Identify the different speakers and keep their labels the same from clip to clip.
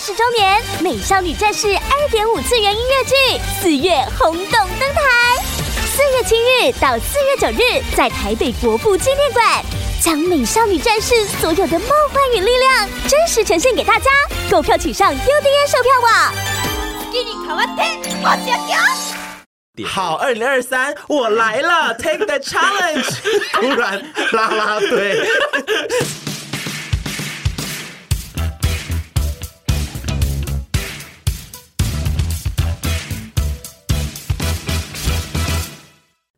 Speaker 1: 十周年《美少女战士》二点五次元音乐剧四月轰动登台，四月七日到四月九日在台北国父纪念馆，将《美少女战士》所有的梦幻与力量真实呈现给大家。购票请上 UDN 售票网。
Speaker 2: 好，二零二三，我来 了，Take the challenge。
Speaker 3: 突然啦啦队，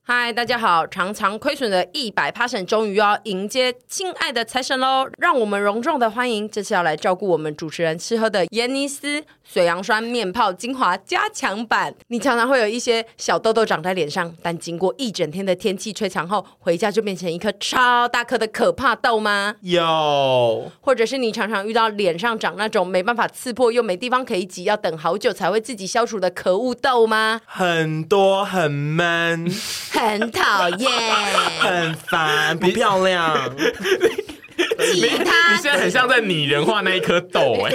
Speaker 4: 嗨，大家好！常常亏损的一百 passion 终于要迎接亲爱的财神喽！让我们隆重的欢迎这次要来照顾我们主持人吃喝的延尼斯水杨酸面泡精华加强版。你常常会有一些小痘痘长在脸上，但经过一整天的天气摧残后，回家就变成一颗超大颗的可怕痘吗？
Speaker 3: 有
Speaker 4: 或者是你常常遇到脸上长那种没办法刺破又没地方可以挤，要等好久才会自己消除的可恶痘吗？
Speaker 3: 很多很闷，
Speaker 4: 很讨厌，
Speaker 3: 很烦，不漂亮。
Speaker 4: 挤它
Speaker 5: 你现在很像在拟人化那一颗豆哎、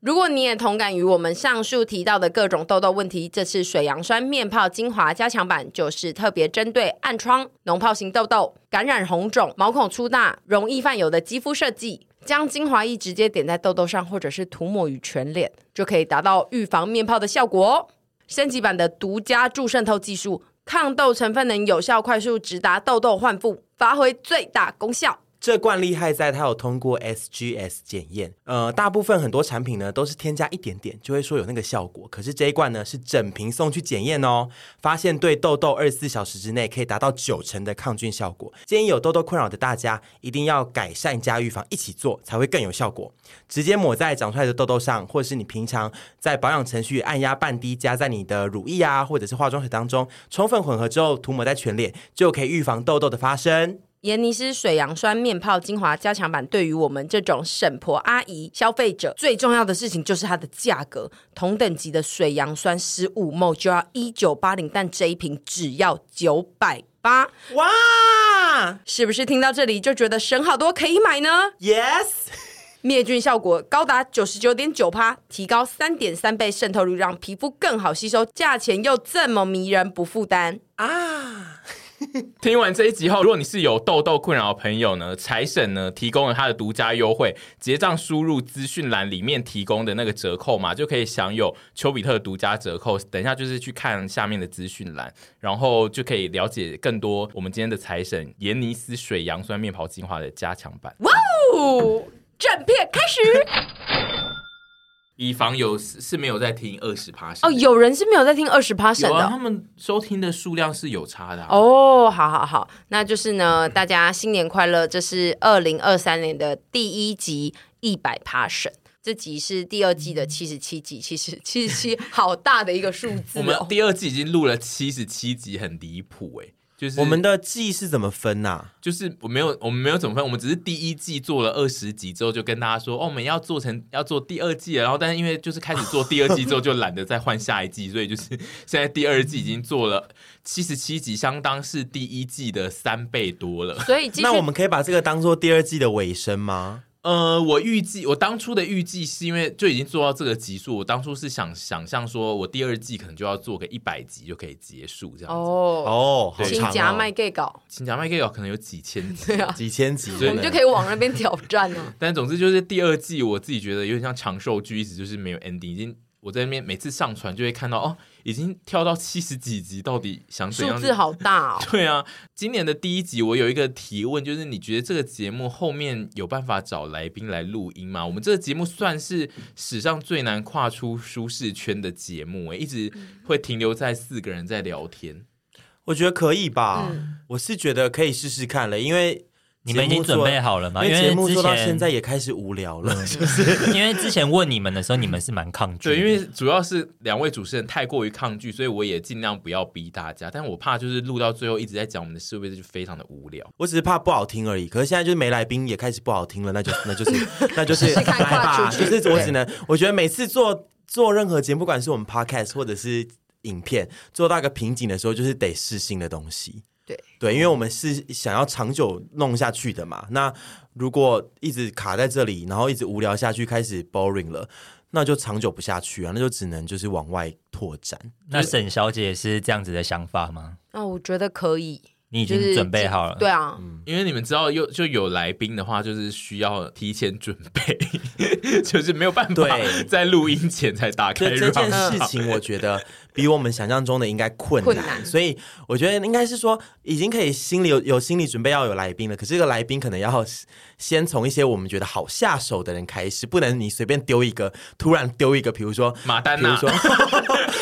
Speaker 4: 如果你也同感于我们上述提到的各种痘痘问题，这次水杨酸面泡精华加强版就是特别针对暗疮、脓疱型痘痘、感染红肿、毛孔粗大、容易泛油的肌肤设计。将精华液直接点在痘痘上，或者是涂抹于全脸，就可以达到预防面泡的效果哦。升级版的独家助渗透技术，抗痘成分能有效快速直达痘痘患部，发挥最大功效。
Speaker 3: 这罐厉害在它有通过 SGS 检验，呃，大部分很多产品呢都是添加一点点就会说有那个效果，可是这一罐呢是整瓶送去检验哦，发现对痘痘二十四小时之内可以达到九成的抗菌效果。建议有痘痘困扰的大家一定要改善加预防一起做才会更有效果。直接抹在长出来的痘痘上，或者是你平常在保养程序按压半滴加在你的乳液啊或者是化妆水当中，充分混合之后涂抹在全脸，就可以预防痘痘的发生。
Speaker 4: 延尼斯水杨酸面泡精华加强版，对于我们这种沈婆阿姨消费者，最重要的事情就是它的价格。同等级的水杨酸十五 ml 就要一九八零，但这一瓶只要九百八，
Speaker 3: 哇
Speaker 4: 是不是听到这里就觉得省好多可以买呢？
Speaker 3: ，Yes。
Speaker 4: 灭菌效果高达九十九点九趴，提高三点三倍渗透率，让皮肤更好吸收，价钱又这么迷人，不负担。
Speaker 3: 啊，
Speaker 5: 听完这一集后，如果你是有痘痘困扰的朋友呢，财神呢提供了他的独家优惠，结账输入资讯栏里面提供的那个折扣码，就可以享有丘比特独家折扣。等一下就是去看下面的资讯栏，然后就可以了解更多我们今天的财神延尼斯水杨酸面泡精华的加强版。
Speaker 4: 哦， 正片开始。
Speaker 5: 以防有是是没有在听二十趴
Speaker 4: 哦，有人是没有在听二十趴省
Speaker 5: 有
Speaker 4: 的
Speaker 5: 啊，
Speaker 4: 哦
Speaker 5: 他们收听的数量是有差的、啊。
Speaker 4: 哦，好好好，那就是呢，大家新年快乐！这是二零二三年的第一集一百 passion，这集是第二季的七十七集，七十七十七，好大的一个数字、
Speaker 5: 我们
Speaker 4: 哦。
Speaker 5: 第二季已经录了七十七集，很离谱哎。就是
Speaker 3: 我们的季是怎么分啊呐、
Speaker 5: 就是我没有我们没有怎么分，我们只是第一季做了二十集之后就跟大家说，哦，我们要做成要做第二季了，然后但是因为就是开始做第二季之后就懒得再换下一季，所以就是 现在第二季已经做了七十七集，相当是第一季的三倍多了。
Speaker 4: 所以继续
Speaker 3: 那我们可以把这个当做第二季的尾声吗？
Speaker 5: 呃，我预计我当初的预计是因为就已经做到这个集数，我当初是想想象说我第二季可能就要做个一百集就可以结束这样子。
Speaker 4: 哦，
Speaker 3: 哦，好
Speaker 4: 亲
Speaker 3: 长
Speaker 4: 夹
Speaker 3: 哦
Speaker 4: 卖 gay 搞，
Speaker 5: 请假麦克有可能有几千集，
Speaker 3: 几千集，
Speaker 5: 对。
Speaker 4: 啊我们就可以往那边挑战啊了
Speaker 5: 但总之就是第二季，我自己觉得有点像长寿剧，一直就是没有 ending，已经我在那边每次上传就会看到哦，已经跳到七十几集，到底想怎
Speaker 4: 数
Speaker 5: 样？
Speaker 4: 字好大哦，
Speaker 5: 对啊，今年的第一集我有一个提问，就是你觉得这个节目后面有办法找来宾来录音吗？我们这个节目算是史上最难跨出舒适圈的节目、欸诶，一直
Speaker 4: 嗯
Speaker 5: 会停留在四个人在聊天。
Speaker 3: 我觉得可以吧。
Speaker 4: 嗯
Speaker 3: 我是觉得可以试试看了，因为
Speaker 6: 你们已经准备好了吗？
Speaker 3: 因
Speaker 6: 因
Speaker 3: 为节目
Speaker 6: 之
Speaker 3: 做到
Speaker 6: 前
Speaker 3: 现在也开始无聊了，
Speaker 6: 因为之前问你们的时候，你们是蛮抗拒的。
Speaker 5: 对，因为主要是两位主持人太过于抗拒，所以我也尽量不要逼大家。但我怕就是录到最后一直在讲我们的设备，就非常的无聊。
Speaker 3: 我只是怕不好听而已。可是现在就是没来宾也开始不好听了，那就那就是 那就是
Speaker 4: 试试看
Speaker 3: 来吧，
Speaker 4: 跨出
Speaker 3: 就
Speaker 4: 去
Speaker 3: 是我只能，我觉得每次做做任何节目，不管是我们 podcast 或者是影片，做到一个瓶颈的时候，就是得试新的东西。
Speaker 4: 对
Speaker 3: 对，因为我们是想要长久弄下去的嘛。那如果一直卡在这里，然后一直无聊下去，开始 boring 了，那就长久不下去啊，那就只能就是往外拓展。
Speaker 6: 那沈小姐是这样子的想法吗？
Speaker 4: 那我觉得可以，
Speaker 6: 你已
Speaker 4: 就
Speaker 6: 经
Speaker 4: 是
Speaker 6: 准备好了？
Speaker 4: 对啊，
Speaker 3: 嗯
Speaker 5: 因为你们知道，又就有来宾的话，就是需要提前准备， 就是没有办法
Speaker 3: 对
Speaker 5: 在录音前才打开嗯
Speaker 3: 对这
Speaker 5: round
Speaker 3: 件事情，我觉得比我们想象中的应该困难，
Speaker 4: 困难
Speaker 3: 所以我觉得应该是说，已经可以心里有有心理准备要有来宾了。可是这个来宾可能要先从一些我们觉得好下手的人开始，不能你随便丢一个，突然丢一个，比如说
Speaker 5: 马丹
Speaker 3: 比如
Speaker 5: 娜
Speaker 3: 说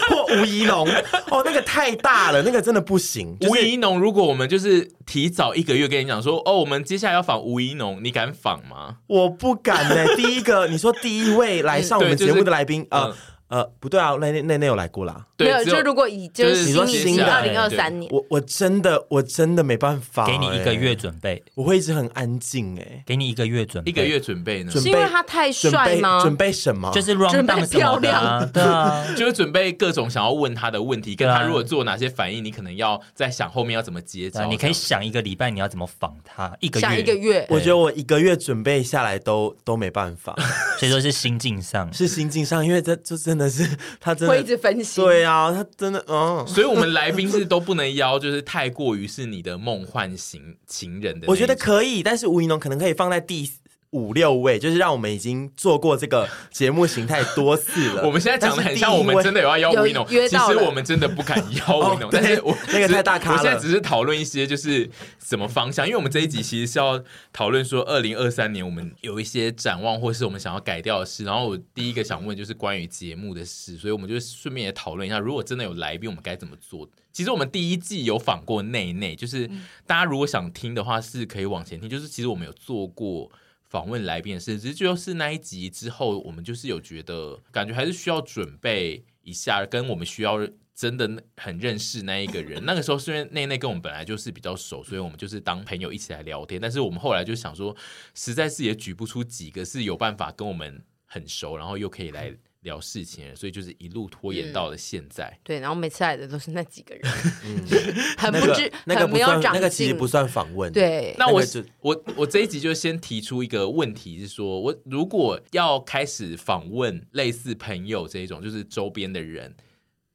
Speaker 3: 或吴怡农，哦，那个太大了，那个真的不行。就
Speaker 5: 吴
Speaker 3: 是
Speaker 5: 怡农，如果我们就是提早一个月跟你讲说，哦，我们接下来要访吴怡农，你敢访吗？
Speaker 3: 我不敢呢、第一个，你说第一位来上我们
Speaker 5: 对就是
Speaker 3: 节目的来宾，呃呃，不对啊，那那那那有来过啦。
Speaker 5: 对
Speaker 4: 没有，
Speaker 5: 只有
Speaker 4: 就如果以就
Speaker 5: 就是
Speaker 4: 是
Speaker 5: 你说
Speaker 4: 新
Speaker 3: 新
Speaker 4: 年
Speaker 3: 的
Speaker 4: 二零二三年，
Speaker 3: 我我真的我真的没办
Speaker 4: 啊
Speaker 3: 法、欸
Speaker 6: 给你一个月，准备，
Speaker 3: 我会一直很安静哎、欸。
Speaker 6: 给你一个月准备，
Speaker 5: 一个月准备呢，
Speaker 3: 准
Speaker 4: 是因为他太
Speaker 3: 准
Speaker 4: 帅
Speaker 3: 备
Speaker 4: 吗？
Speaker 3: 准备什么？
Speaker 6: 就是 round
Speaker 4: 准备
Speaker 6: down 什么的啊，对啊，
Speaker 5: 就是准备各种想要问他的问题，跟
Speaker 6: 对啊
Speaker 5: 他如果做哪些反应，你可能要在想后面要怎么接
Speaker 6: 对啊
Speaker 5: 招。
Speaker 6: 你可
Speaker 5: 这
Speaker 6: 以
Speaker 5: 样
Speaker 6: 想一个礼拜你要怎么仿他，一个
Speaker 4: 想
Speaker 6: 月，
Speaker 4: 一个，月，
Speaker 3: 我觉得我一个月准备下来都都没办法，
Speaker 6: 所以说是心境上，
Speaker 3: 是心境上，因为这这真的是他真
Speaker 4: 会一
Speaker 3: 的
Speaker 4: 直分析。
Speaker 3: 对啊，他真的嗯。
Speaker 5: 所以我们来宾是都不能邀，就是太过于是你的梦幻型情人的那一种。
Speaker 3: 我觉得可以，但是吴怡农可能可以放在第五六位，就是让我们已经做过这个节目形态多次了。
Speaker 5: 我们现在讲的很像
Speaker 3: 但是第一
Speaker 5: 我们
Speaker 3: 位
Speaker 5: 真的有要邀
Speaker 4: 有
Speaker 5: 吴一农，
Speaker 4: 约
Speaker 5: 其
Speaker 4: 到
Speaker 5: 实
Speaker 4: 了
Speaker 5: 我们真的不敢邀吴一农
Speaker 3: 哦，对
Speaker 5: 但是我
Speaker 3: 那个
Speaker 5: 只是
Speaker 3: 太大咖
Speaker 5: 我
Speaker 3: 了
Speaker 5: 现在只是讨论一些就是什么方向，因为我们这一集其实是要讨论说二零二三年我们有一些展望，或是我们想要改掉的事。然后我第一个想问就是关于节目的事，所以我们就顺便也讨论一下，如果真的有来宾，我们该怎么做。其实我们第一季有访过内内，就是大家如果想听的话，是可以往前听。就是其实我们有做过访问来宾的事，只是就是那一集之后，我们就是有觉得感觉还是需要准备一下，跟我们需要真的很认识那一个人。那个时候虽然内内跟我们本来就是比较熟，所以我们就是当朋友一起来聊天。但是我们后来就想说，实在是也举不出几个是有办法跟我们很熟，然后又可以来聊事情的人，所以就是一路拖延到了现在。
Speaker 4: 对，然后每次来的都是那几个人， 很
Speaker 3: 那
Speaker 4: 不
Speaker 3: 个
Speaker 4: 知，
Speaker 3: 那个
Speaker 4: 很
Speaker 3: 不
Speaker 4: 没有
Speaker 3: 算
Speaker 4: 长
Speaker 3: 那
Speaker 4: 进。
Speaker 3: 个其实不算访问，，
Speaker 4: 对，
Speaker 5: 那我
Speaker 3: 那个就
Speaker 5: 我我这一集就先提出一个问题，是说我如果要开始访问类似朋友这一种，就是周边的人，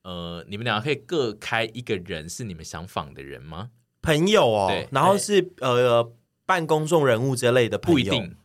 Speaker 5: 呃，你们俩可以各开一个人是你们想访的人吗？
Speaker 3: 朋友
Speaker 5: 对
Speaker 3: 哦，然后是呃办公众人物之类的朋友，
Speaker 5: 不一定，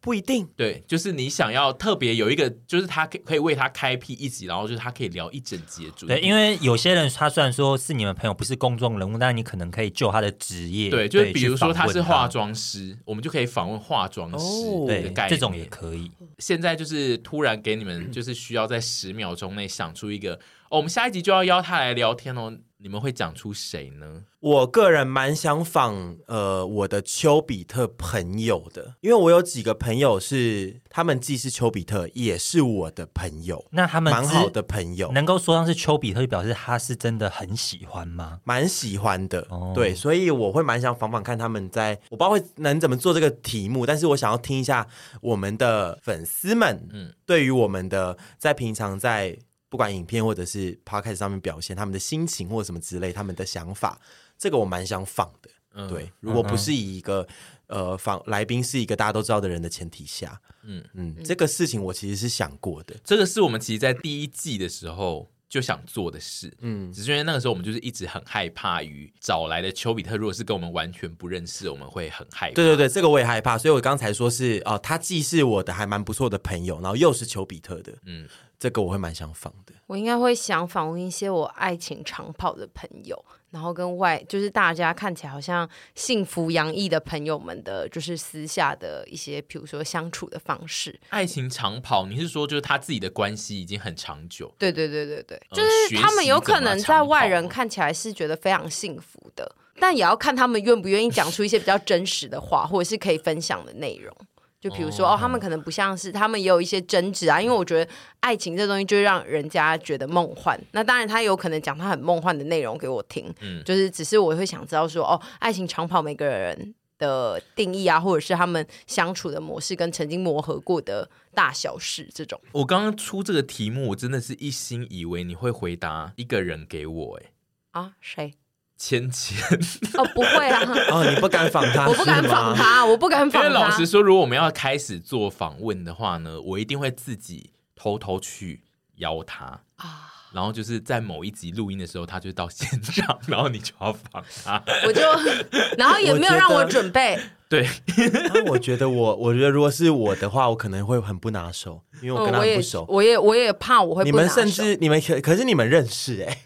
Speaker 3: 不一定，
Speaker 5: 对，就是你想要特别有一个，就是他可以可以为他开辟一集，然后就是他可以聊一整集的主题。
Speaker 6: 对，因为有些人他虽然说是你们朋友，不是公众人物，但你可能可以就他的职业，
Speaker 5: 对，就是比如说
Speaker 6: 去访
Speaker 5: 他
Speaker 6: 问
Speaker 5: 是化妆师，我们就可以访问化妆师
Speaker 3: 哦
Speaker 5: 的
Speaker 6: 对
Speaker 5: 概念。
Speaker 6: 这种也可以，
Speaker 5: 现在就是突然给 你们，就是需要在十秒钟内想出一个哦，我们下一集就要邀他来聊天哦。你们会讲出谁呢？
Speaker 3: 我个人蛮想访呃我的丘比特朋友的，因为我有几个朋友是他们既是丘比特，也是我的朋友，
Speaker 6: 那他们
Speaker 3: 蛮
Speaker 6: 之
Speaker 3: 好的朋友，
Speaker 6: 能够说上是丘比特，就表示他是真的很喜欢吗？
Speaker 3: 蛮喜欢的。
Speaker 6: 哦
Speaker 3: 对，所以我会蛮想访访看他们在，我不知道会能怎么做这个题目，但是我想要听一下我们的粉丝们，
Speaker 5: 嗯
Speaker 3: 嗯，对于我们的在平常在不管影片或者是 podcast 上面表现他们的心情或者什么之类，他们的想法，这个我蛮想访的。
Speaker 5: 嗯
Speaker 3: 对，如果不是以一个呃访来宾是一个大家都知道的人的前提下，
Speaker 5: 嗯
Speaker 3: 嗯嗯，这个事情我其实是想过的，
Speaker 5: 这个是我们其实在第一季的时候就想做的事，
Speaker 3: 嗯，
Speaker 5: 只是因为那个时候我们就是一直很害怕于找来的丘比特，如果是跟我们完全不认识，我们会很害怕。
Speaker 3: 对对对，这个我也害怕，所以我刚才说是哦、他既是我的还蛮不错的朋友，然后又是丘比特的，
Speaker 5: 嗯
Speaker 3: 嗯，这个我会蛮想放的。
Speaker 4: 我应该会想访问一些我爱情长跑的朋友，然后跟外就是大家看起来好像幸福洋溢的朋友们的，就是私下的一些，比如说相处的方式。
Speaker 5: 爱情长跑，你是说就是他自己的关系已经很长久，
Speaker 4: 对对对对对，
Speaker 5: 呃
Speaker 4: 就是他们有可能在外
Speaker 5: 学习怎么长跑啊
Speaker 4: 人
Speaker 5: 吗
Speaker 4: 看起来是觉得非常幸福的，但也要看他们愿不愿意讲出一些比较真实的话，或者是可以分享的内容。就比如说哦，他们可能不像是，他们也有一些争执啊，因为我觉得爱情这东西就会让人家觉得梦幻。那当然，他有可能讲他很梦幻的内容给我听，
Speaker 5: 嗯
Speaker 4: 就是只是我会想知道说，哦，爱情长跑每个人的定义啊，或者是他们相处的模式跟曾经磨合过的大小事这种。
Speaker 5: 我刚刚出这个题目，我真的是一心以为你会回答一个人给我、哎，
Speaker 4: 啊，谁？
Speaker 5: 芊芊。
Speaker 4: 哦，不会啊，
Speaker 3: 哦，你不敢访他，
Speaker 4: 我不敢
Speaker 3: 是吗
Speaker 4: 仿。他，我不敢
Speaker 5: 因为
Speaker 4: 仿
Speaker 5: 老实
Speaker 4: 他。
Speaker 5: 说，如果我们要开始做访问的话呢，我一定会自己偷偷去邀他啊。然后就是在某一集录音的时候，他就到现场， 然后你就要放他。
Speaker 4: 我就，然后也没有让我准备，
Speaker 5: 对，
Speaker 3: 啊我觉得我，我觉得如果是我的话，我可能会很不拿手，因为我跟
Speaker 4: 嗯，
Speaker 3: 他
Speaker 4: 我
Speaker 3: 们
Speaker 4: 也
Speaker 3: 不熟。
Speaker 4: 我也我也怕我会
Speaker 3: 你
Speaker 4: 不拿
Speaker 3: 们
Speaker 4: 手
Speaker 3: 甚至你们可可是你们认识哎、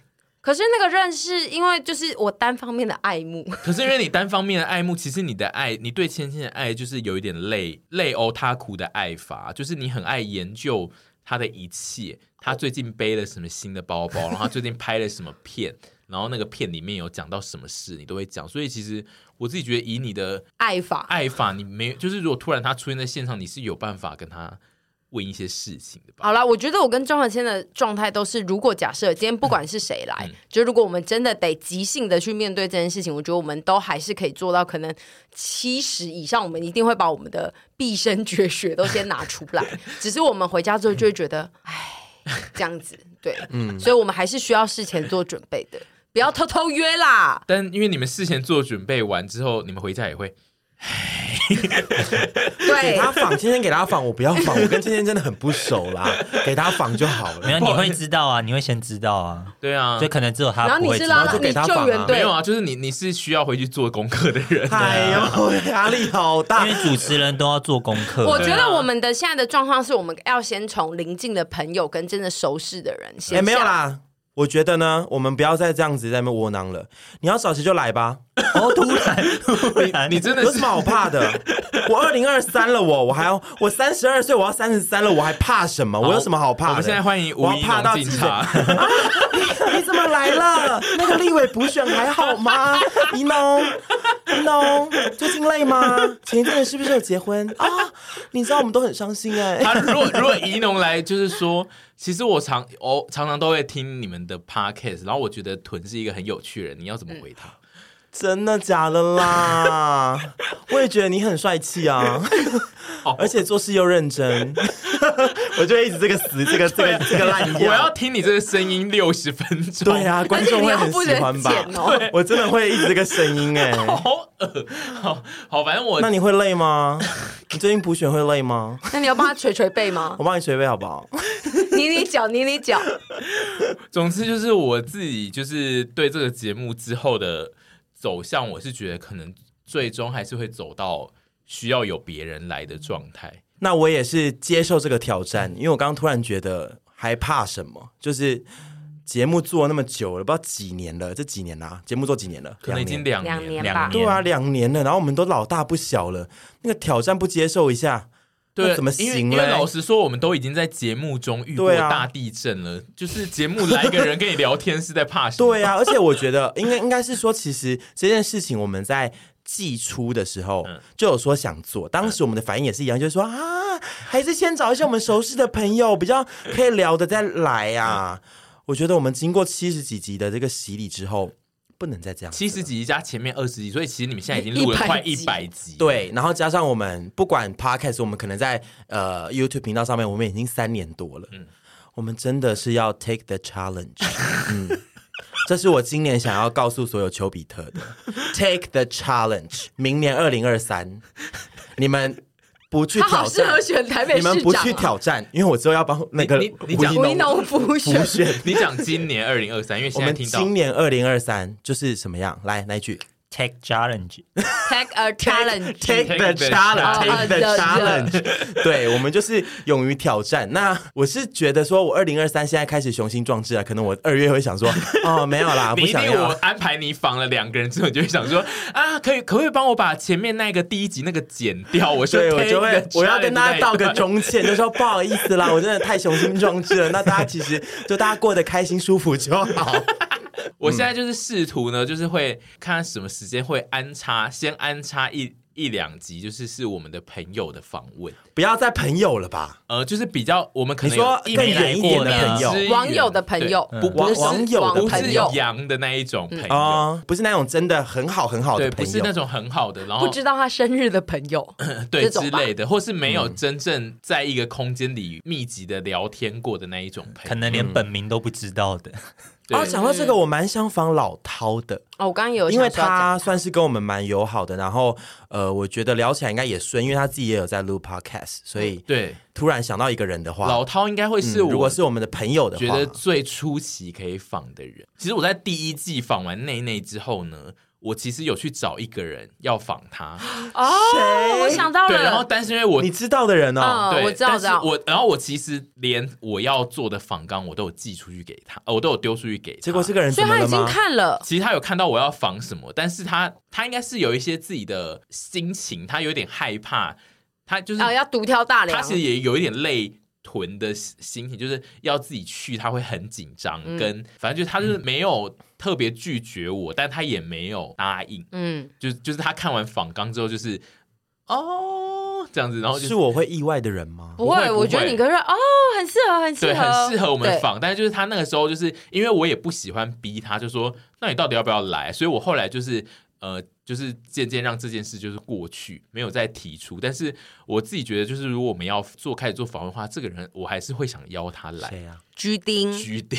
Speaker 4: 可是那个认识，因为就是我单方面的爱慕，
Speaker 5: 可是因为你单方面的爱慕，其实你的爱，你对芊芊的爱就是有一点累累欧他苦的爱法，就是你很爱研究他的一切，他最近背了什么新的包包，然后他最近拍了什么片，然后那个片里面有讲到什么事，你都会讲。所以其实我自己觉得，以你的
Speaker 4: 爱法。
Speaker 5: 爱法，你没有就是如果突然他出现在现场，你是有办法跟他问一些事情的吧？
Speaker 4: 好啦，我觉得我跟张小谦的状态都是，如果假设今天不管是谁
Speaker 3: 嗯
Speaker 4: 来，就如果我们真的得即兴的去面对这件事情，我觉得我们都还是可以做到，可能七十以上，我们一定会把我们的毕生绝学都先拿出 来。只是我们回家之后就会觉
Speaker 3: 嗯
Speaker 4: 得，唉，这样子，对，所以我们还是需要事前做准备的，不要偷偷约啦。
Speaker 5: 但因为你们事前做准备完之后，你们回家也会
Speaker 3: 给
Speaker 4: 对，
Speaker 3: 他仿，今天给他仿，我不要仿，我跟今天真的很不熟啦，给他仿就哎好
Speaker 6: 没有，
Speaker 3: 了。
Speaker 6: 你会知道啊，你会先知道啊，
Speaker 5: 对啊
Speaker 6: 所以，可能只有
Speaker 4: 然
Speaker 6: 他
Speaker 4: 后
Speaker 6: 不
Speaker 4: 你
Speaker 6: 会
Speaker 4: 是
Speaker 6: 知
Speaker 4: 拉
Speaker 6: 道
Speaker 3: 然。后就给
Speaker 4: 你
Speaker 3: 他
Speaker 4: 救
Speaker 3: 绑
Speaker 4: 援
Speaker 3: 啊
Speaker 4: 队
Speaker 5: 没有啊，就是你你是需要回去做功课的人、啊
Speaker 3: 哎呦，压力好大
Speaker 6: 因为。主持人都要做功 课，
Speaker 4: 我觉
Speaker 3: 啊
Speaker 4: 得我们的现在的状况是我们要先从邻近的朋友跟真的熟识的人先、
Speaker 3: 哎、没有，啦，我觉得呢，我们不要再这样子在那边窝囊了。你要找谁就来吧，
Speaker 6: 哦，突 然，突然，
Speaker 5: 你真的
Speaker 3: 有什
Speaker 5: 是
Speaker 3: 么好怕 的？我二零二三了我，我还要我三十二岁，我要三十三了，我还怕什么？我有什么好怕的？
Speaker 5: 我们现在欢迎吴
Speaker 3: 我
Speaker 5: 一
Speaker 3: 要怕到
Speaker 5: 农警
Speaker 3: 几
Speaker 5: 察，
Speaker 3: 你怎么来了？那个立委补选还好 吗？怡农，怡农，最近累吗？前一阵子是不是有结婚啊？你知道我们都很伤心哎、
Speaker 5: 他如果如果怡农来，就是说，其实我常我常常都会听你们的 podcast，然后我觉得屯是一个很有趣的人，你要怎么回他？
Speaker 3: 真的假的啦？我也觉得你很帅气 啊
Speaker 5: 哦，
Speaker 3: 而且做事又认真。 我就一直这个死，这个这 个这个烂
Speaker 5: 我要
Speaker 3: 样。
Speaker 5: 听你这个声音六十分钟，
Speaker 3: 哎 对，啊，观众会很喜欢吧
Speaker 4: 而且你又不能剪？
Speaker 3: 我真的会一直这个声音哎、
Speaker 5: 好恶，好好，反正我
Speaker 3: 那你会累吗？你最近补选会累吗？
Speaker 4: 那你要帮他捶捶背吗
Speaker 3: 我？帮你捶背好不好？
Speaker 4: 捏捏脚，捏捏脚。
Speaker 5: 总之就是我自己就是对这个节目之后的走向，我是觉得可能最终还是会走到需要有别人来的状态。
Speaker 3: 那我也是接受这个挑战，因为我刚刚突然觉得还怕什么？就是节目做那么久了，不知道几年了，这几年啦、节目做几年了？
Speaker 5: 可能已经
Speaker 3: 两年。
Speaker 5: 两
Speaker 4: 两年吧
Speaker 5: 两
Speaker 3: 对啊，两年了，然后我们都老大不小了，那个挑战不接受一下，
Speaker 5: 对，
Speaker 3: 那怎么
Speaker 5: 因为
Speaker 3: 行
Speaker 5: 因为
Speaker 3: 嘞
Speaker 5: 老实说，我们都已经在节目中遇过
Speaker 3: 对啊
Speaker 5: 大地震了，就是节目来一个人跟你聊天是在怕什么？
Speaker 3: 对啊，而且我觉得 应该应该是说，其实这件事情我们在季初的时候
Speaker 5: 嗯
Speaker 3: 就有说想做，当时我们的反应也是一样，就是说啊，还是先找一些我们熟识的朋友，比较可以聊的再来啊。
Speaker 5: 嗯
Speaker 3: 我觉得我们经过七十几集的这个洗礼之后，不能再这样子
Speaker 5: 七
Speaker 3: 了。
Speaker 5: 十集加前面二十集，所以其实你们现在已经录了快一百集。，
Speaker 3: 对，然后加上我们不管 podcast，我们可能在呃 YouTube 频道上面，我们已经三年多
Speaker 5: 嗯
Speaker 3: 了。我们真的是要 take the challenge。嗯， 这是我今年想要告诉所有丘比特的 take the challenge。明年二零二三，你们不去
Speaker 4: 他好
Speaker 3: 挑
Speaker 4: 适合
Speaker 3: 战，
Speaker 4: 选台北
Speaker 3: 你们
Speaker 4: 市
Speaker 3: 不
Speaker 4: 长、啊
Speaker 3: 去挑战，因为我之后要帮那个
Speaker 5: 你你讲
Speaker 3: 吴
Speaker 4: 吴
Speaker 3: 一
Speaker 4: 一
Speaker 3: 农
Speaker 4: 农补选
Speaker 3: 补， 选。
Speaker 5: 你讲今年二零二三，因为
Speaker 3: 我
Speaker 5: 现在
Speaker 3: 们
Speaker 5: 听到
Speaker 3: 今年二零二三就是什么样？来，来一句
Speaker 6: take challenge，
Speaker 4: take a challenge。
Speaker 3: take the
Speaker 5: the
Speaker 3: challenge，take
Speaker 4: challenge
Speaker 3: Oh, the
Speaker 4: 哦
Speaker 3: challenge。对， 我们就是勇于挑战。那我是觉得说，我二零二三现在开始雄心壮志啊了，可能我二月会想说，哦，没有 啦，
Speaker 5: 你
Speaker 3: 不
Speaker 5: 一
Speaker 3: 想
Speaker 5: 定我
Speaker 3: 要。
Speaker 5: 安排你访了两个人之后，你就会想说 啊，可以可不可以帮我把前面那个第一集那个剪掉？我说
Speaker 3: 对，我就
Speaker 5: take
Speaker 3: 会
Speaker 5: the，
Speaker 3: 我要跟
Speaker 5: challenge
Speaker 3: 大
Speaker 5: 那
Speaker 3: 家
Speaker 5: 一
Speaker 3: 道个
Speaker 5: 段
Speaker 3: 中歉，就说不好意思啦，我真的太雄心壮志了。那大家其实就大家过得开心舒服就 好。
Speaker 5: 我现在就是试图呢，就是会看什么时间会安插，先安插一一两集，就是是我们的朋友的访问，
Speaker 3: 不要再朋友了吧？
Speaker 5: 呃，就是比较我们可能
Speaker 3: 你说
Speaker 5: 有一
Speaker 3: 更
Speaker 5: 没来
Speaker 3: 远一
Speaker 5: 过
Speaker 3: 点
Speaker 6: 的朋
Speaker 3: 友
Speaker 5: 之远
Speaker 4: 网友的朋友
Speaker 5: 对
Speaker 4: 嗯
Speaker 5: 不不是
Speaker 3: 网网友的
Speaker 5: 不
Speaker 3: 朋
Speaker 5: 是
Speaker 3: 友
Speaker 5: 羊的那一种朋友，
Speaker 3: 啊，不是那种真的很好很好
Speaker 5: 对，
Speaker 3: 的
Speaker 5: 不
Speaker 3: 朋
Speaker 5: 是那
Speaker 3: 友，
Speaker 5: 种很好的，然后
Speaker 4: 不知道他生日的朋友，
Speaker 5: 对
Speaker 4: 这
Speaker 5: 之
Speaker 4: 种吧
Speaker 5: 类的，或是没
Speaker 3: 嗯
Speaker 5: 有真正在一个空间里密集的聊天过的那一种朋友。
Speaker 6: 可能连本名都不知道的，
Speaker 5: 对
Speaker 3: 哦，讲到这个，我蛮想仿老涛的，
Speaker 4: 哦，我刚刚有
Speaker 3: 因
Speaker 4: 想
Speaker 3: 为
Speaker 4: 说要讲
Speaker 3: 他算是跟我们蛮友好的，然后呃，我觉得聊起来应该也顺，因为他自己也有在录 podcast，所以
Speaker 5: 嗯对
Speaker 3: 突然想到一个人的话，
Speaker 5: 老涛应该会
Speaker 3: 嗯
Speaker 5: 是我，
Speaker 3: 如果是我们的朋友的话，
Speaker 5: 觉得最出奇可以仿的人。其实我在第一季仿完内内之后呢，我其实有去找一个人要仿他，
Speaker 4: 哦，我想到
Speaker 5: 对，
Speaker 4: 了，
Speaker 5: 然后但是因为我
Speaker 3: 你知道的人哦，
Speaker 4: 嗯
Speaker 5: 对，
Speaker 4: 我知道
Speaker 5: 但
Speaker 4: 知
Speaker 5: 是
Speaker 4: 道
Speaker 5: 我然后我其实连我要做的仿纲我都有寄出去给他，呃我都有丢出去给他。
Speaker 3: 结果这个人
Speaker 4: 所
Speaker 3: 怎么
Speaker 4: 以他已
Speaker 3: 了
Speaker 4: 经
Speaker 3: 吗？
Speaker 4: 看了，
Speaker 5: 其实他有看到我要仿什么，但是他他应该是有一些自己的心情，他有点害怕，他就是、
Speaker 4: 啊，要独挑大梁，
Speaker 5: 他其实也有一点累。臀的心情就是要自己去，他会很紧张，
Speaker 4: 嗯
Speaker 5: 跟反正就是他就是没有特别拒绝我，但他也没有答应，
Speaker 4: 嗯，
Speaker 5: 就就是他看完仿纲之后就是哦这样子，然后就是
Speaker 3: 我会意外的人吗？
Speaker 4: 不
Speaker 5: 会
Speaker 4: 会，
Speaker 5: 不
Speaker 4: 我觉得
Speaker 5: 会
Speaker 4: 你可是哦，很适合，很适
Speaker 5: 对，
Speaker 4: 合，
Speaker 5: 很适合我们
Speaker 4: 对。
Speaker 5: 仿。但是就是他那个时候，就是因为我也不喜欢逼他，就说那你到底要不要来？所以我后来就是呃，就是渐渐让这件事就是过去，没有再提出。但是我自己觉得，就是如果我们要做开始做访问的话，这个人我还是会想邀他来。
Speaker 3: 谁呀？
Speaker 4: 居丁，
Speaker 5: 居丁，